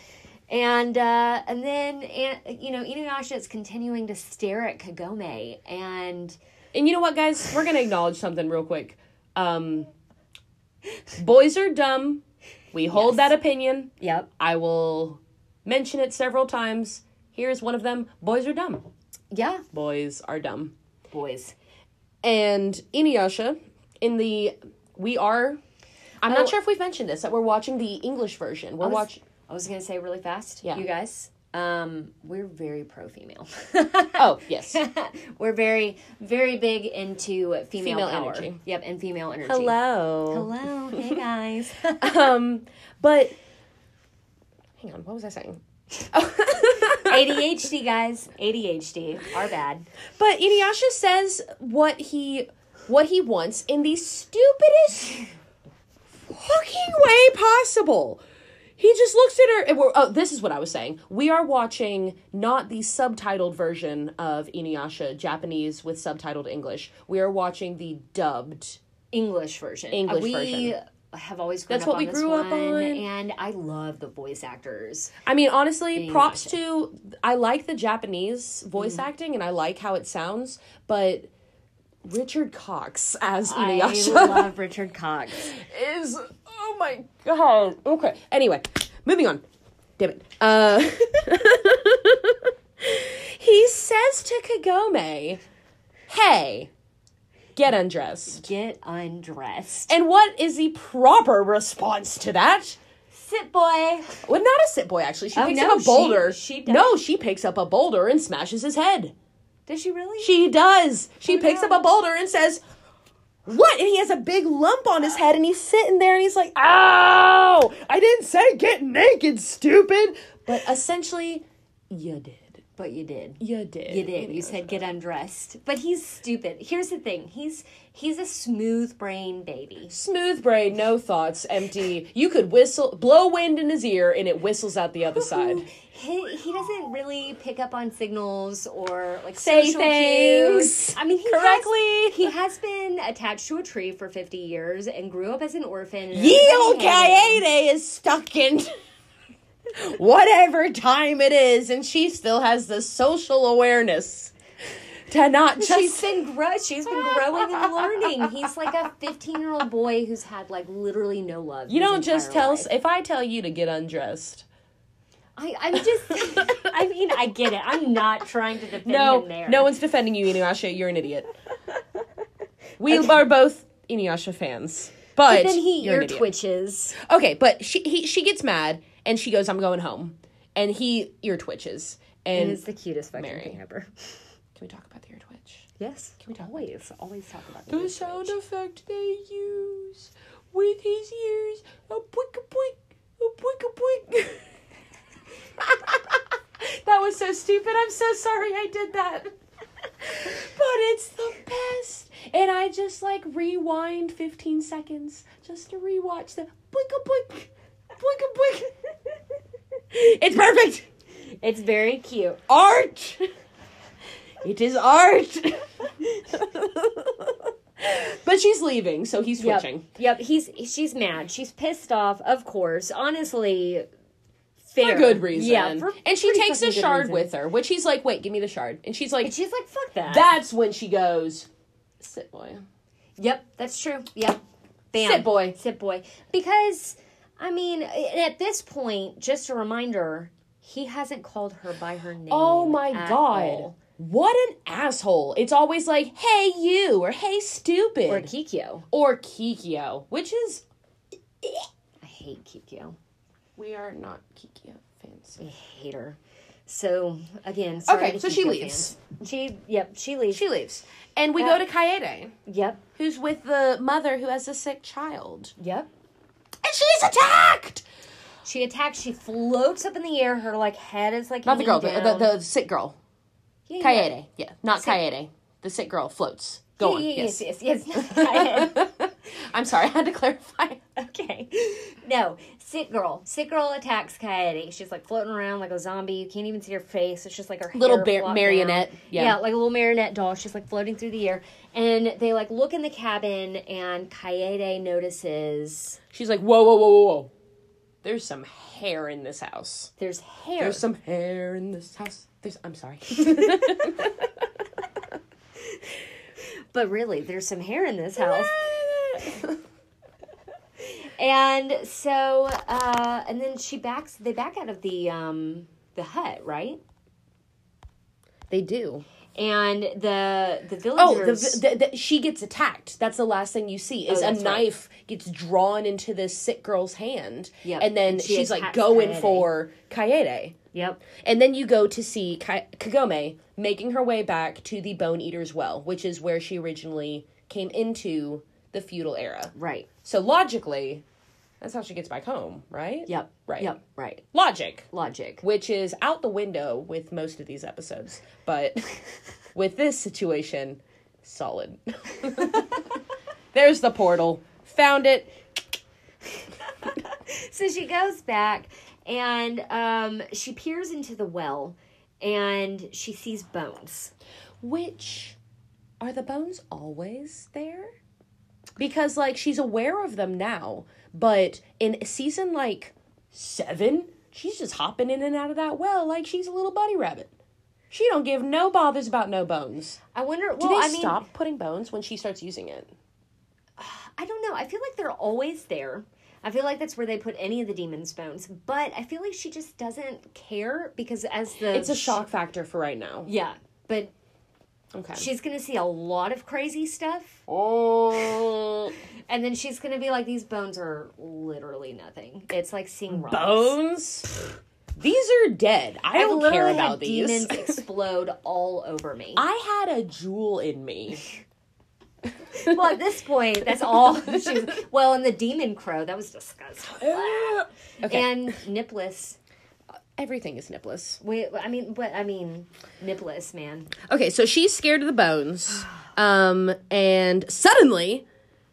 And uh, and then and, you know Inuyasha is continuing to stare at Kagome, and
And you know what, guys? We're gonna acknowledge something real quick. Um, boys are dumb. We hold that opinion.
yep,
I will mention it several times. Here's one of them. Boys are dumb.
yeah,
Boys are dumb.
boys.
And Inuyasha, in the we are. I'm
Oh.
not sure if we've mentioned this that we're watching the English version. We're
I was-
watching.
I was gonna say really fast.
Yeah.
You guys, um, we're very pro female.
Oh yes.
we're very very big into female,
Female
power.
energy.
Yep, and female energy.
Hello.
Hello. Hey guys.
Um, but hang on. What was I saying?
ADHD guys. ADHD. Our bad.
But Inuyasha says what he what he wants in the stupidest fucking way possible. He just looks at her. And we're, oh, this is what I was saying. We are watching not the subtitled version of Inuyasha, Japanese with subtitled English. We are watching the dubbed.
English version.
English
we
version.
have always grown
That's what
up on
we
this
grew up
one,
on.
and I love the voice actors.
I mean, honestly, props to. I like the Japanese voice
Mm-hmm.
acting, and I like how it sounds, but Richard Cox as Inuyasha.
I love Richard Cox.
is oh my god. Okay. Anyway, moving on. Damn it. Uh He says to Kagome, "Hey, get undressed."
Get undressed.
And what is the proper response to that?
Sit boy.
Well, not a sit boy actually. She
Oh,
picks
no,
up a boulder.
she- she does.
no, she picks up a boulder and smashes his head.
Does she really?
She does. She picks
no.
up a boulder and says, "What?" And he has a big lump on his head, and he's sitting there, and he's like, "Ow! I didn't say get naked, stupid." But essentially, you did.
but you did.
You did.
You did. You said get undressed. But he's stupid. Here's the thing. He's he's a smooth brain baby.
Smooth braid, no thoughts, empty. You could whistle, blow wind in his ear, and it whistles out the other side.
He, he doesn't really pick up on signals or like
Say
social
things
cues. I mean, he
correctly.
Has, he has been attached to a tree for fifty years and grew up as an orphan. and
Ye
everything
old
happened.
Kaede is stuck in whatever time it is, and she still has the social awareness to not just.
She's been grow. She's been growing and learning. He's like a fifteen-year-old boy who's had like literally no love.
you don't just tell. s If I tell you to get undressed,
I, I'm just. I mean, I get it. I'm not trying to defend
no,
him there.
no one's defending you, Inuyasha. You're an idiot. We are both Inuyasha fans, but,
But then he
you're an
ear
idiot.
twitches.
Okay, but she he, she gets mad and she goes, "I'm going home," and he ear twitches. And
It's the cutest fucking
Mary.
thing ever.
can we talk about the ear twitch?
Yes.
Can we talk about
Always, always talk about
The
this.
sound effect they use with his ears. A boink a boink, a boink a boink. that was so stupid. I'm so sorry I did that. but it's the best. And I just like rewind 15 seconds just to rewatch the boink a boink, boink a boink. it's perfect.
It's very cute.
Art! It is art! but she's leaving, so he's
Yep.
switching.
Yep. He's she's mad. She's pissed off. Of course. Honestly, fair.
For good reason.
Yeah. for
and she
pretty
takes a
fucking good
shard
reason.
with her, which he's like, wait, give me the shard. And she's like,
And she's like, "Fuck that."
that's when she goes, sit boy.
Yep, that's true. Yep. Bam.
Sit boy.
Sit boy. Because, I mean, and at this point, just a reminder, he hasn't called her by her name.
Oh my
at
god.
all.
What an asshole. It's always like, hey, you, or hey,
Or
stupid.
Kikyo.
Or, Kikyo, which is.
I hate Kikyo.
We are not Kikyo fans.
I hate her. So again, sorry
Okay,
to
so
keep
she
your
leaves.
fans. She yep, she leaves.
She leaves. And we
Yeah.
go to Kaede,
yep,
who's with the mother who has a sick child.
yep.
And she's attacked!
She attacks. She floats up in the air. Her like head is like
Not the girl, the,
hanging
the,
down.
the sick girl.
Yeah, yeah.
Kaede. Yeah, not Kaede. The sick girl floats. Go
Yeah,
on.
yeah,
yes.
yes, yes, yes. Kaede.
I'm sorry, I had to clarify.
okay. No, sick girl. Sick girl attacks Coyote. She's like floating around like a zombie. You can't even see her face. It's just like her
Little
hair
bear-
flopped
marionette.
down.
Yeah.
like a little marionette doll. She's like floating through the air, and they like look in the cabin, and Coyote notices
She's like, whoa, whoa, whoa, whoa, whoa. There's some hair in this house.
there's hair.
There's some hair in this house. There's, I'm sorry.
but really, there's some hair in this house. and so, uh, and then she backs. They back out of the um the hut, right?
they do.
And the the villagers.
Oh, the, the, the, she gets attacked. That's the last thing you see is a
Oh, that's right.
knife gets drawn into this sick girl's hand,
Yep.
and then
And she
she's like
attacks
going
Kaede.
for Kaede.
yep.
And then you go to see Ka- Kagome making her way back to the Bone Eater's Well, which is where she originally came into the feudal era.
Right.
So logically, that's how she gets back home, right?
Yep.
Right.
Yep. Right.
Logic,
Logic.
which is out the window with most of these episodes, but with this situation, solid. There's the portal. Found it.
So she goes back and um, she peers into the well and she sees bones.
Which are the bones always there? Because like she's aware of them now, but in season like seven, she's just hopping in and out of that well like she's a little bunny rabbit. She don't give no bothers about no bones.
I wonder.
Do
well,
they
I mean,
stop putting bones when she starts using it?
I don't know. I feel like they're always there. I feel like that's where they put any of the demon's bones, but I feel like she just doesn't care because as the
It's a shock factor for right now.
yeah, but
Okay.
she's gonna see a lot of crazy stuff,
Oh,
and then she's gonna be like, "These bones are literally nothing. It's like seeing rocks."
bones. These are dead. I
I've
don't care
literally
about
had
these.
demons explode all over me.
I had a jewel in me.
well, at this point, that's all. She's, well, and the demon crow that was disgusting.
okay.
And Nipless,
Everything is nipless.
we, I mean, what I mean, Nipless man.
Okay, so she's scared of the bones. Um, and suddenly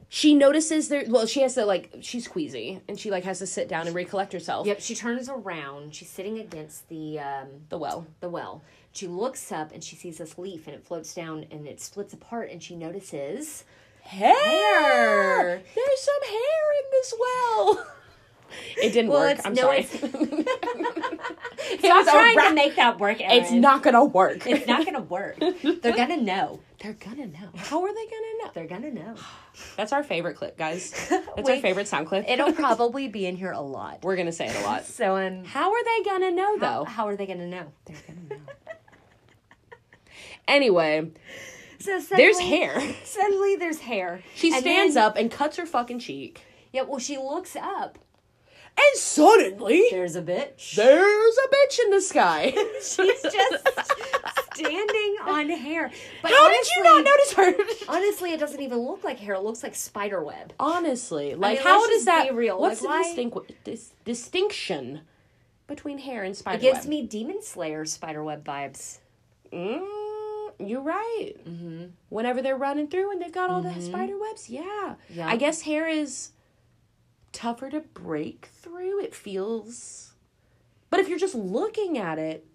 she notices there well, she has to like she's queasy and she like has to sit down and recollect herself.
Yep, she turns around. She's sitting against the um,
The well.
the well. She looks up and she sees this leaf, and it floats down and it splits apart, and she notices.
Hair. There's some hair in this well. It didn't
Well,
work.
it's-
I'm
no,
sorry.
it's-
It
I'm
was a
trying
wrap.
to make that work. Erin.
It's not gonna work.
It's not gonna work. They're gonna know.
They're gonna know. How are they gonna know?
They're gonna know.
That's our favorite clip, guys. That's our
Wait.
favorite sound clip.
It'll probably be in here a lot.
We're gonna say it a lot.
So um,
How are they gonna know though?
how are they gonna know?
Anyway,
So suddenly,
there's hair.
Suddenly, there's hair.
She stands up and cuts her fucking cheek.
Yeah, well, she looks up.
And suddenly,
There's a bitch.
there's a bitch in the sky.
She's just standing on hair. But
How
honestly,
did you not notice her?
Honestly, it doesn't even look like hair. It looks like spider web.
Honestly, like
mean,
how
let's
does
just
that?
be real,
What's
like,
the distinct dis- distinction between hair and spider?
It gives me Demon Slayer spider web vibes.
Mm, you're right. Mm-hmm. Whenever they're running through and they've got all the spider webs, yeah.
Mm-hmm. Yeah.
I guess hair is tougher to break through. It feels, but if you're just looking at it,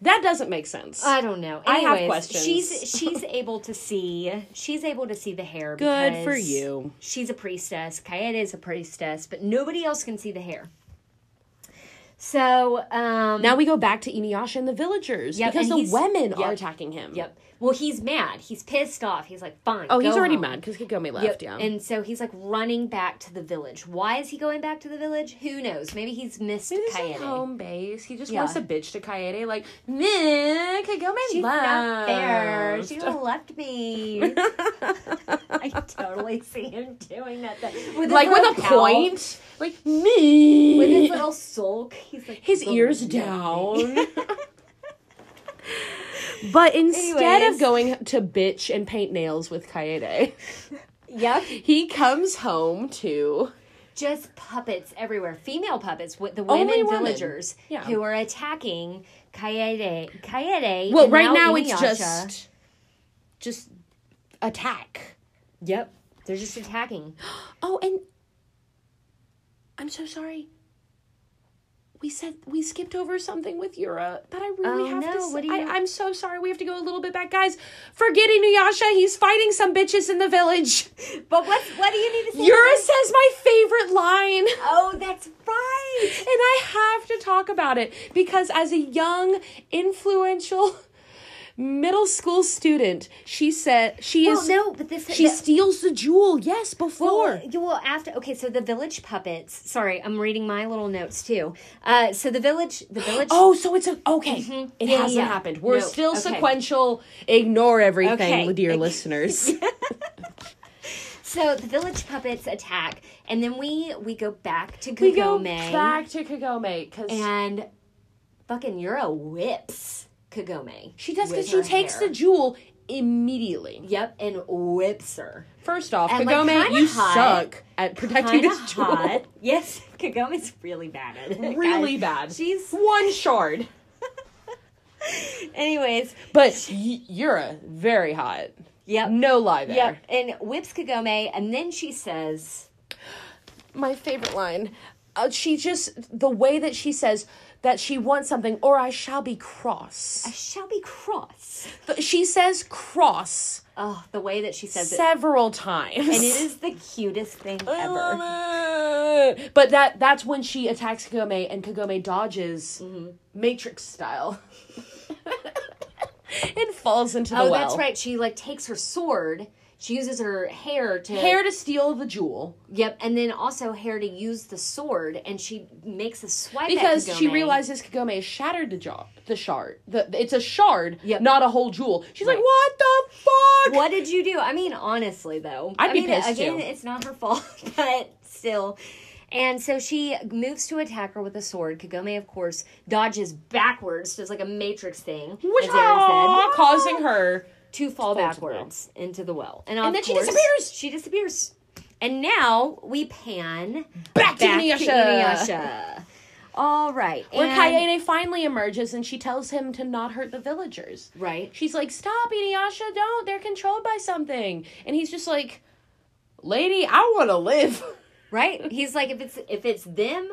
that doesn't make sense.
I don't know.
I have
Anyways,
questions.
She's she's able to see. She's able to see the hair.
Good for
because
you.
She's a priestess. Kaede is a priestess, but nobody else can see the hair. So um,
now we go back to Inuyasha and the villagers
Yep,
because
and
the
he's-
women
yep.
are attacking him.
Yep. Well, he's mad. He's pissed off. He's like, fine.
Oh, he's
go
already
home.
mad because Kagome
Yep.
left. Yeah.
And so he's like running back to the village. Why is he going back to the village? Who knows? Maybe he's missed
Maybe this is
Kaede.
home base. He just
Yeah.
wants a bitch to Kaede. Like, meh, Kagome
She's
left.
not there. She would have left me. I totally see him doing that. Though. With his
like with
little
a
pout,
point. Like me.
With his little sulk. He's like
his
"Boom."
ears
Yeah.
down. but instead
Anyways.
of going to bitch and paint nails with Kaede,
Yep.
he comes home to
Just puppets everywhere. Female puppets with the women
Only women.
villagers
Yeah.
who are attacking Kaede. Kaede.
well.
and
Right now, it's
Inuyasha.
just just attack.
Yep. They're just attacking.
Oh, and I'm so sorry. We said we skipped over something with Yura that I really
Oh,
have to.
no,
Say.
what do you-
I, I'm so sorry. We have to go a little bit back, guys. Forget Inuyasha. He's fighting some bitches in the village.
But what? What do you need to say?
Yura says my favorite line.
Oh, that's right.
And I have to talk about it because as a young, influential middle school student, she said she
Well,
is
Oh, no, but this
she
the-
steals the jewel. Yes, before.
Well, you will after. Okay, so the village puppets. Sorry, I'm reading my little notes too. Uh, so the village, the village.
Oh, so it's a okay. It
Mm-hmm. Yeah,
hasn't
yeah.
happened. We're
No,
still
okay.
sequential. Ignore everything,
Okay.
dear listeners.
So the village puppets attack, and then we we go back to Kagome,
we go back to Kagome because
and fucking Yura whips Kagome.
she does because
with
she
her
takes
hair.
the jewel immediately.
Yep, and whips her.
First off,
And, like,
Kagome,
kinda
you
hot.
suck at protecting
Kinda
this jewel.
hot. Yes, Kagome's really bad at it. guys.
Really bad.
She's
One shard.
anyways.
But y- Yura, very hot.
Yep.
No lie there.
Yep. And whips Kagome, and then she says,
my favorite line. Uh, she just the way that she says that she wants something, or I shall be cross.
"I shall be cross."
Th- She says cross
Oh, the way that she says it.
several times,
And it is the cutest thing
Oh,
ever.
But that that's when she attacks Kagome and Kagome dodges
Mm-hmm.
Matrix style. and falls into the
Oh,
well.
that's right. She like takes her sword. She uses her hair to
Hair to steal the jewel
Yep, and then also hair to use the sword, and she makes a swipe
because
at
she
Kagome.
realizes Kagome has shattered the jaw, the shard. The, it's a shard,
Yep.
not a whole jewel. She's
Right.
like, "What the fuck?"
What did you do? I mean, honestly though,
I'd
I
be
mean,
pissed,
again,
too.
it's not her fault, but still. And so she moves to attack her with a sword. Kagome, of course, dodges backwards, does like a matrix thing, as Aaron
Ah,
said,
causing her.
to fall
into the well.
backwards into the well. And, of
then she
course,
disappears.
She disappears. And now we pan
Back to
to
Inuyasha.
Inuyasha. All right.
Where
and-
Kaede finally emerges and she tells him to not hurt the villagers.
Right.
She's like, Stop, Inuyasha, don't. They're controlled by something. And he's just like, Lady, I want to live.
Right? He's like, if it's if it's them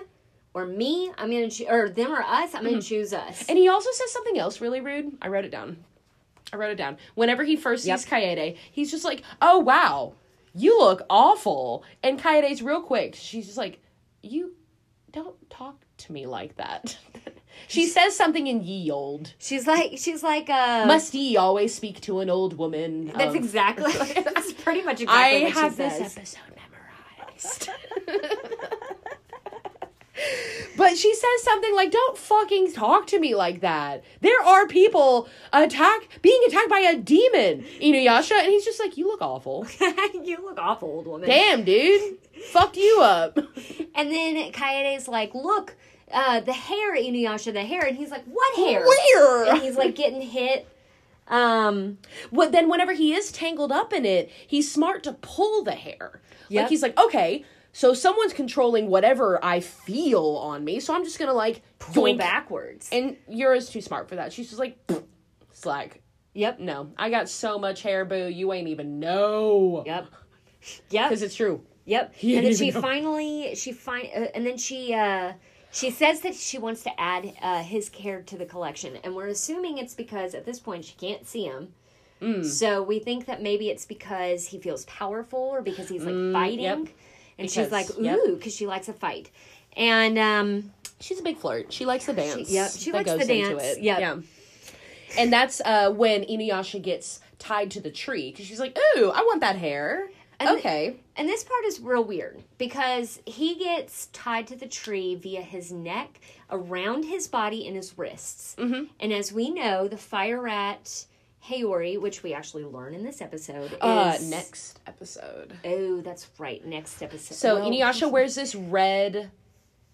or me, I'm gonna choose, or them or us,
Mm-hmm.
I'm gonna choose us.
And he also says something else really rude. I wrote it down. I wrote it down. Whenever he first sees Kaede, he's just like, Oh, wow, you look awful. And Kaede's real quick. She's just like, You don't talk to me like that. she says something in ye old.
she's like, she's like, uh,
Must ye always speak to an old woman?
that's
Um,
exactly, that's pretty much
I
exactly what
have
she
this
says.
episode memorized. but she says something like, "Don't fucking talk to me like that." There are people attack being attacked by a demon, Inuyasha, and he's just like, "You look awful,
you look awful, old woman.
damn dude, fucked you up."
And then Kaede's like, look, uh, the hair, Inuyasha, the hair. And he's like, what hair?
Where?
And he's like getting hit. Um,
What then? Whenever he is tangled up in it, he's smart to pull the hair.
Yep.
Like he's like, okay, so someone's controlling whatever I feel on me, so I'm just gonna like
going
yoink.
backwards.
And Yura's too smart for that. She's just like, "Pfft, slack.
yep.
No, I got so much hair, boo. You ain't even know.
Yep. Yep.
Because it's true.
Yep.
He
and then
didn't
she
even know.
finally she find uh, and then she uh she says that she wants to add uh, his hair to the collection, and we're assuming it's because at this point she can't see him.
Mm.
So we think that maybe it's because he feels powerful or because he's like fighting,
Mm, yep.
and she's
Because-
like
yep.
ooh because she likes a fight, and um
She's a big flirt. She likes the dance.
yep, she likes the dance. Yep.
Yeah. And that's uh, when Inuyasha gets tied to the tree because she's like, ooh, I want that hair.
And-
okay.
and this part is real weird because he gets tied to the tree via his neck, around his body, and his wrists. Mm-hmm. And as we know, the fire rat Hayori, which we actually learn in this episode, is
Uh, next episode.
Oh, that's right, next episode.
So
Well,
Inuyasha wears this red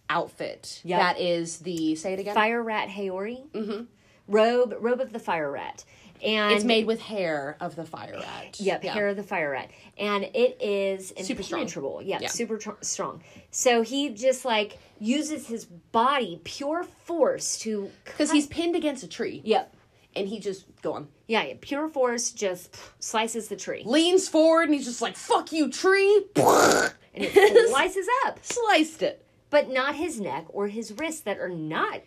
outfit
Yep.
that is the say it again
Fire Rat Hayori. Mm-hmm. Robe, robe of the Fire Rat. And
it's made with hair of the fire rat
Yep,
yeah.
hair of the fire rat, and it is
Super strong.
impenetrable. Yeah,
Yeah.
super tr- strong. So he just like uses his body, pure force to
because he's pinned against a tree
yep,
and he just go on
yeah, yeah, pure force just slices the tree
leans forward and he's just like fuck you tree
and it slices up,
sliced it
but not his neck or his wrists that are not.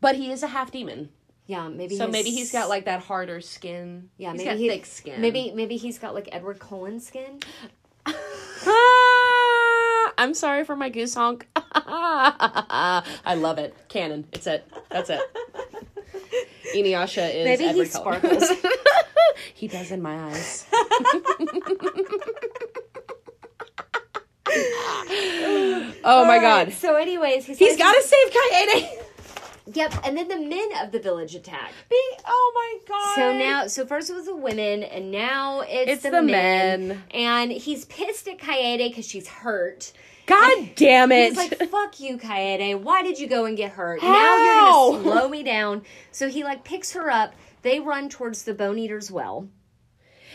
but he is a half demon
Yeah, maybe
so
his-
maybe he's got like that harder skin
yeah,
he's
maybe
got
he-
thick skin
Maybe maybe he's got like Edward Cullen skin.
Ah, I'm sorry for my goose honk. I love it. Canon. It's it. That's it. Inuyasha is
Maybe
every
he
color.
sparkles.
he does in my eyes. oh my god.
So, anyways, he
He's
slices-
got to save Kaede.
Yep, and then the men of the village attack.
Be- oh my god.
So now, so first it was the women, and now it's,
It's
the,
the
men.
men.
And he's pissed at Kaede because she's hurt.
god damn it.
He's like, "Fuck you, Kaede! Why did you go and get hurt? Now
How?
you're gonna slow me down." So he like picks her up. They run towards the Bone Eater's well.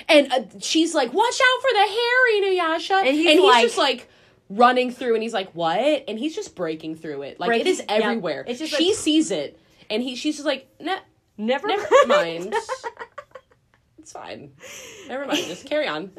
and uh, she's like, "Watch out for the hairy Inuyasha,"
And he's
just like running through, and he's like, "What?" And he's just breaking through it, like
Breaking-
it is
yeah.
everywhere.
It's just
she
like-
sees it, and he she's just like, "No,
Never,
never mind. it's fine. Never mind. Just carry on.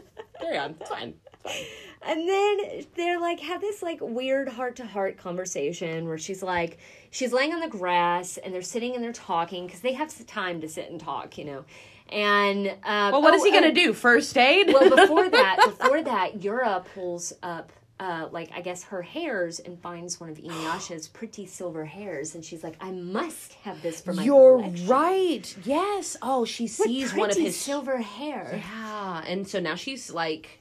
Carry on. It's fine." It's fine.
And then they're like have this like weird heart to heart conversation where she's like she's laying on the grass and they're sitting and they're talking because they have s- time to sit and talk, you know. And uh,
Well, what
oh,
is he gonna
oh,
do? First aid?
well before that before that yura pulls up uh, like i guess her hairs and finds one of inuyasha's pretty silver hairs and she's like i must have this for my
You're
collection."
right. Yes. Oh, she sees one of
Pretty
his.
silver hair
Yeah, and so now she's like,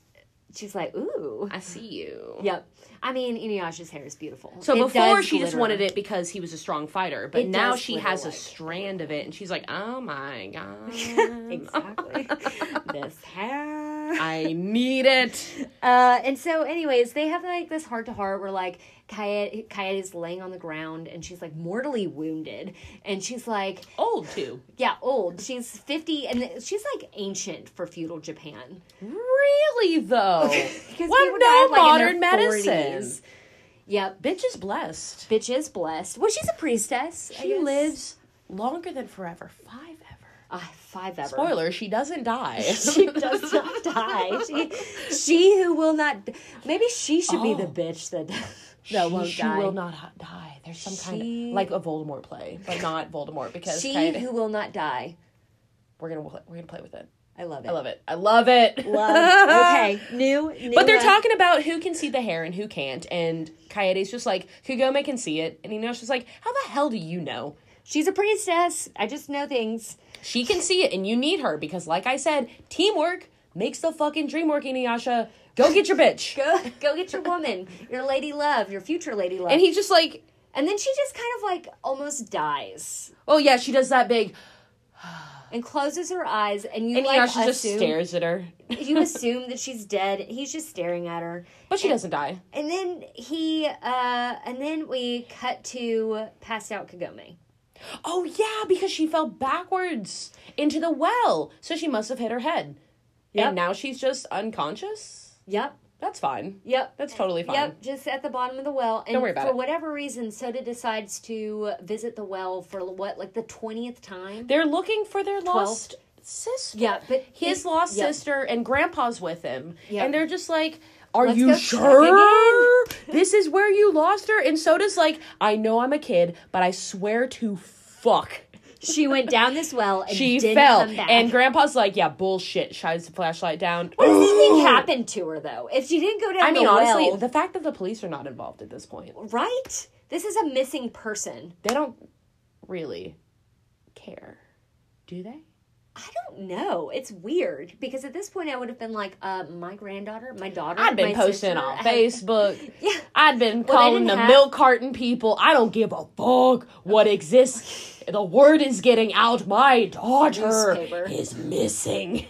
she's like ooh
"I see you."
yep i mean inuyasha's hair is beautiful
So
It
before
does
she just
glitter.
wanted it because he was a strong fighter, but
It
now
does
she
glitter
has a
like-
strand of it, and she's like, "Oh my god,
exactly this hair
I need it."
Uh, and so, anyways, they have like this heart to heart where like Kaede, Kaede is laying on the ground and she's like mortally wounded. And she's like,
Old too,
yeah, old. She's 50 and she's like ancient for feudal Japan.
really though.
Because
Well,
people died,
no
like, in their
modern
40s.
medicine.
Yep.
Bitch is blessed.
Bitch is blessed. Well, she's a priestess. I
She
guess.
lives longer than forever, five ever.
Ah, five ever.
Spoiler: she doesn't die.
She does not die. She, she who will not. Maybe she should be the
Oh.
bitch that, that
she,
won't
she
die.
will not ha- die. There's some kind
She-
of like a Voldemort play, but not Voldemort because
she
Kaede-
who will not die.
we're gonna we're gonna play with it.
I love it.
I love it. I love it.
Love. Okay. New. new
But they're
uh,
talking about who can see the hair and who can't, and Kaede's just like, Kagome can see it, and Inuyasha's like, how the hell do you know?
She's a priestess. I just know things.
She can see it, and you need her, because like I said, teamwork makes the fucking dream work, Inuyasha. Go get your bitch.
Go, go get your woman, your lady love, your future lady love.
And he's just like,
and then she just kind of like almost dies
oh yeah, she does that big,
and closes her eyes, and you
and
like
Inuyasha just
assume-
stares at her.
you assume that she's dead. He's just staring at her,
But she doesn't die.
and then he, uh, and then we cut to passed out Kagome.
Oh yeah, because she fell backwards into the well, so she must have hit her head.
Yep.
And now she's just unconscious?
Yep,
That's fine.
yep,
That's totally fine.
Yep, just at the bottom of the well. And
Don't worry about
for
it.
whatever reason, Soda decides to visit the well for what, like the twentieth time.
They're looking for their lost sister.
Yeah, but
His
it-
lost
yeah.
sister and grandpa's with him.
Yeah.
And they're just like, Are
Let's go
you
check
sure? this is where you lost her? And Soda's like, I know I'm a kid, but I swear to fuck.
She went down this well and
She
didn't
fell.
come back.
And grandpa's like, Yeah, bullshit. Shines the flashlight down.
what does he think happened to her though? If she didn't go down
I mean,
the
honestly,
well,
the fact that the police are not involved at this point,
right? This is a missing person.
they don't really care. Do they?
I don't know. It's weird because at this point I would have been like, uh, my granddaughter, my daughter.
I'd been
my
posting
sister,
on
had-
Facebook.
Yeah.
I'd been
they
calling
didn't
the
have-
milk carton people. I don't give a fuck what exists. The word is getting out. My daughter
Newspaper.
is missing.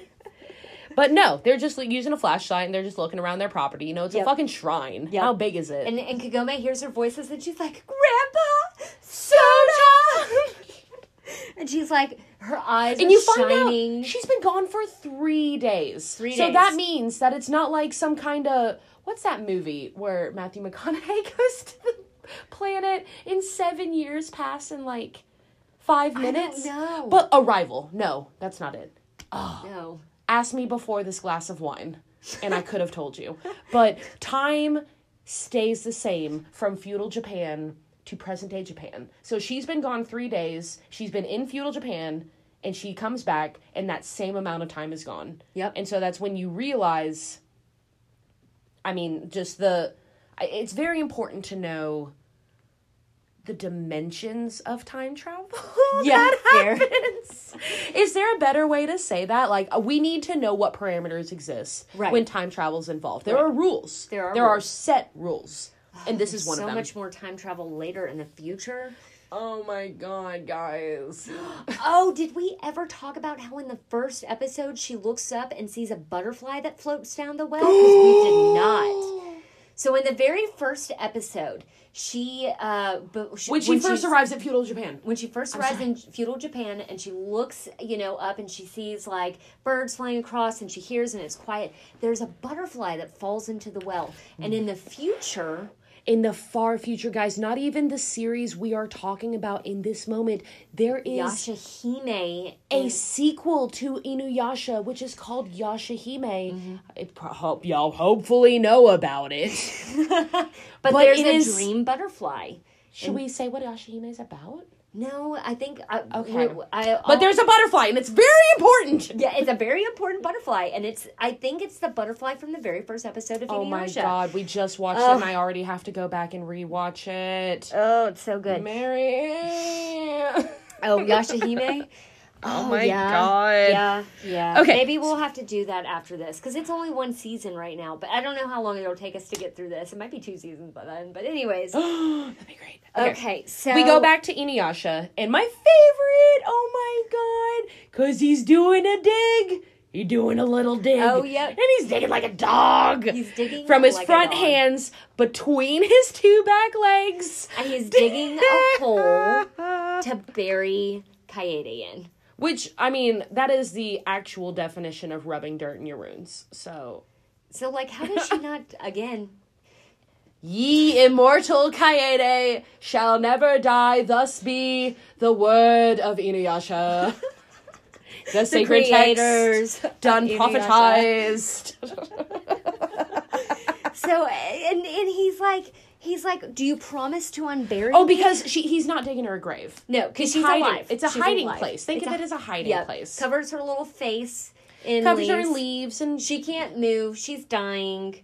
But no, they're just like, using a flashlight and they're just looking around their property. You know, it's
Yep.
a fucking shrine.
Yep.
How big is it?
And, and Kagome hears her voices and she's like, Grandpa, soda! and she's like, her eyes
and
are
you find
shining.
out she's been gone for three days.
Three
so
days.
that means that it's not like some kind of what's that movie where Matthew McConaughey goes to the planet in seven years pass in like five
don't
minutes.
know.
But Arrival. No, that's not it.
no.
Ask me before this glass of wine, and I could have told you. But time stays the same from feudal Japan to present day Japan. So she's been gone three days. She's been in feudal Japan, and she comes back, and that same amount of time is gone.
Yep.
And so that's when you realize. I mean, just the. I- It's very important to know the dimensions of time travel.
Yeah,
that
fair.
happens. Is there a better way to say that? Like uh, we need to know what parameters exist
Right.
when time travel is involved. There are rules. Ah,
There are
there are
rules.
set rules, and this is one
so
of them.
much more time travel later in the future.
oh my god, guys!
Oh, did we ever talk about how in the first episode she looks up and sees a butterfly that floats down the well? 'Cause we did not. So in the very first episode, she uh, but she,
when she first
she's-
arrives at feudal Japan,
when she first arrives in feudal Japan and she looks, you know, up and she sees like birds flying across and she hears and it's quiet. There's a butterfly that falls into the well, and in the future,
in the far future, guys, not even the series we are talking about in this moment, there is.
Yashahime
a sequel to Inuyasha, which is called Yashahime. Mm-hmm. It pro- hope y'all hopefully know about it. But
But, there's
it
a
is-
dream butterfly.
Should we say what Yashahime is about? Oh.
No, I think I,
Okay.
okay. I,
But there's a butterfly, and it's very important.
yeah, it's a very important butterfly, and it's I think it's the butterfly from the very first episode of
Oh my
Inuyasha.
god, we just watched it, and I already have to go back and rewatch it.
Oh, it's so good.
Mary.
Oh, Yashahime. Oh,
my
yeah.
God.
Yeah, yeah.
Okay.
Maybe we'll have to do that after this because it's only one season right now. But I don't know how long it'll take us to get through this. It might be two seasons by then. But anyways, okay.
That'd be great. Okay.
so
We go back to Inuyasha, and my favorite, oh my god, because he's doing a dig. He doing a little dig.
Oh, yep.
And he's digging like a dog.
He's digging
from his
like a
front
dog.
hands between his two back legs.
And he's digging a hole to bury Kaede in.
Which, I mean, that is the actual definition of rubbing dirt in your wounds. So,
So like, how did she not again?
ye immortal Kaede shall never die, thus be the word of Inuyasha. The sacred text
creators of
done
Inuyasha.
prophetized.
So and and he's like he's like, do you promise to unbury?
Oh,
me?"
because she he's not digging her a grave.
no, because she's
hiding.
alive.
It's a
She's
hiding
alive.
place. Think
It's
of it as a hiding
yeah,
place.
Covers her little face in
Covers
leaves.
her in leaves and
She can't move. She's dying,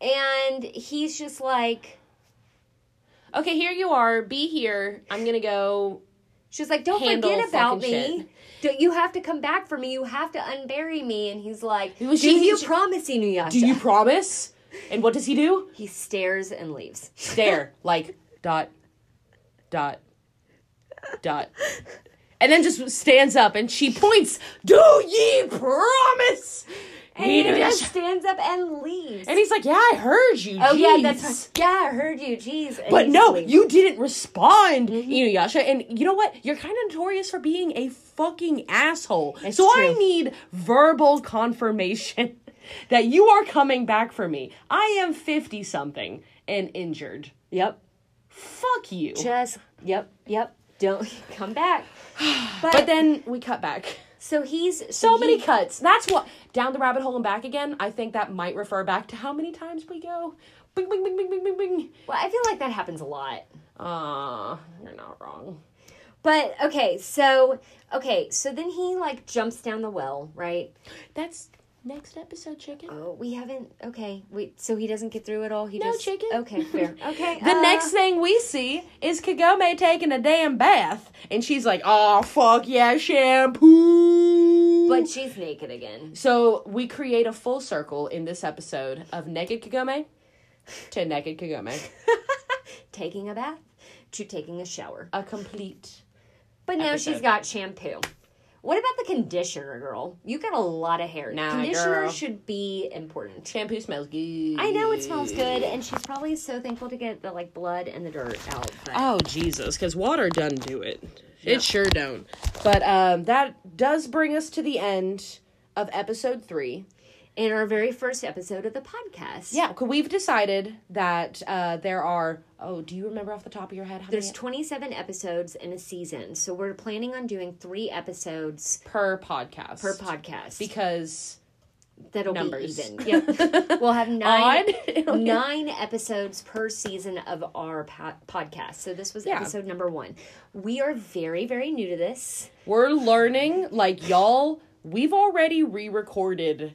and he's just like
okay, here you are. Be here. I'm gonna go.
she's like, don't
Handle
forget about
fucking
me. Don't, you have to come back for me. You have to unbury me. And he's like,
Well,
do
she-
you
she-
promise, Inuyasha?
Do you promise? And what does he do?
he stares and leaves.
Stare like dot, dot, dot, and then just stands up and she points. Do ye promise?
And he
Inuyasha?"
just stands up and leaves.
And he's like, "Yeah, I heard you.
Oh yeah,
jeez."
that's right. yeah. I heard you. Jeez. And
But
he's
no,
like-
you didn't respond, Inuyasha. And you know what? You're kind of notorious for being a fucking asshole. so I
true.
need verbal confirmation that you are coming back for me. I am 50 something and injured.
Yep.
Fuck you.
Just yep. Yep. Don't come back. But,
But then we cut back.
so he's
So
he-
many cuts. That's what. Down the rabbit hole and back again. I think that might refer back to how many times we go. Bing, bing, bing, bing, bing, bing, bing.
Well, I feel like that happens a lot.
Ah, you're not wrong.
But okay, so okay, so then he like jumps down the well, right?
That's next episode, chicken.
Oh, we haven't. Okay, wait. So he doesn't get through it all. He
No,
just
chicken.
Okay, fair. Okay.
The
uh,
next thing we see is Kagome taking a damn bath, and she's like, "Oh fuck yeah, shampoo!"
But she's naked again.
so we create a full circle in this episode of naked Kagome to naked Kagome,
Taking a bath to taking a shower.
a complete.
But now she's
episode.
got shampoo. What about the conditioner, girl? You got a lot of hair.
Nah,
conditioner
girl.
should be important.
Shampoo smells good.
I know it smells good, and she's probably so thankful to get the like blood and the dirt out. But
Oh Jesus, because water doesn't do it. It sure don't.
But um, that does bring us to the end of episode three.
in our very first episode of the podcast,
Yeah, 'cause we've decided that uh, there are. Oh, do you remember off the top of your head how
there's
many
27 episodes in a season, so we're planning on doing three episodes
per podcast?
per podcast
because
that'll
numbers.
be even. Yep, we'll have nine
Odd? It'll get-
nine episodes per season of our po- podcast. So this was
Yeah.
episode number one. We are very very new to this.
we're learning, like y'all, we've already re-recorded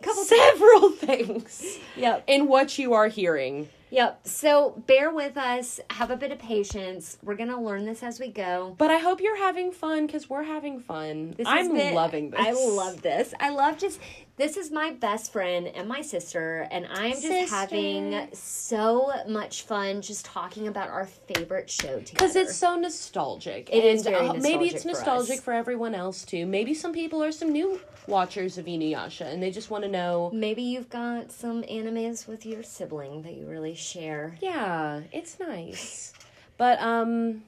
Couple
several things
Yep.
in what you are hearing.
Yep. So bear with us. Have a bit of patience. We're gonna learn this as we go.
But I hope you're having fun because we're having fun.
This has
I'm
been-
loving this.
I love this. I love just this is my best friend and my sister, and I'm just
Sister.
having so much fun just talking about our favorite show together.
because it's so nostalgic.
It is very
uh, maybe
nostalgic
it's
for us.
nostalgic for, everyone else too. Maybe some people are some new watchers of Inuyasha and they just want to know.
maybe you've got some animes with your sibling that you really share.
Yeah, it's nice. But um,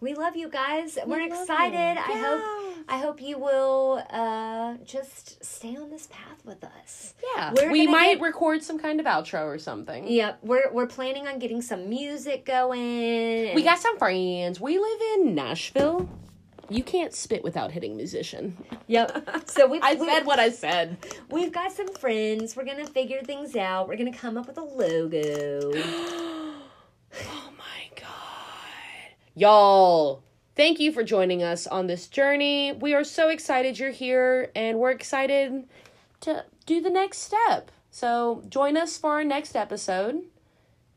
We love you guys. We're
love you.
excited. I
Yeah.
hope I hope you will uh, just stay on this path with us.
yeah,
We're
we
gonna
might
get-
record some kind of outro or something.
Yep, we're we're planning on getting some music going.
We got some friends. We live in Nashville. You can't spit without hitting musician.
yep. So we
I
we,
said what I said.
we've got some friends. We're gonna figure things out. We're gonna come up with a logo.
Oh my god. Y'all, thank you for joining us on this journey. We are so excited you're here and we're excited to do the next step. So, join us for our next episode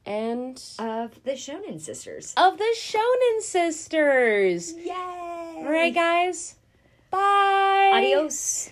and
Of the Shonen Sisters.
of the Shonen Sisters.
Yay!
All right, guys. Bye.
Adios.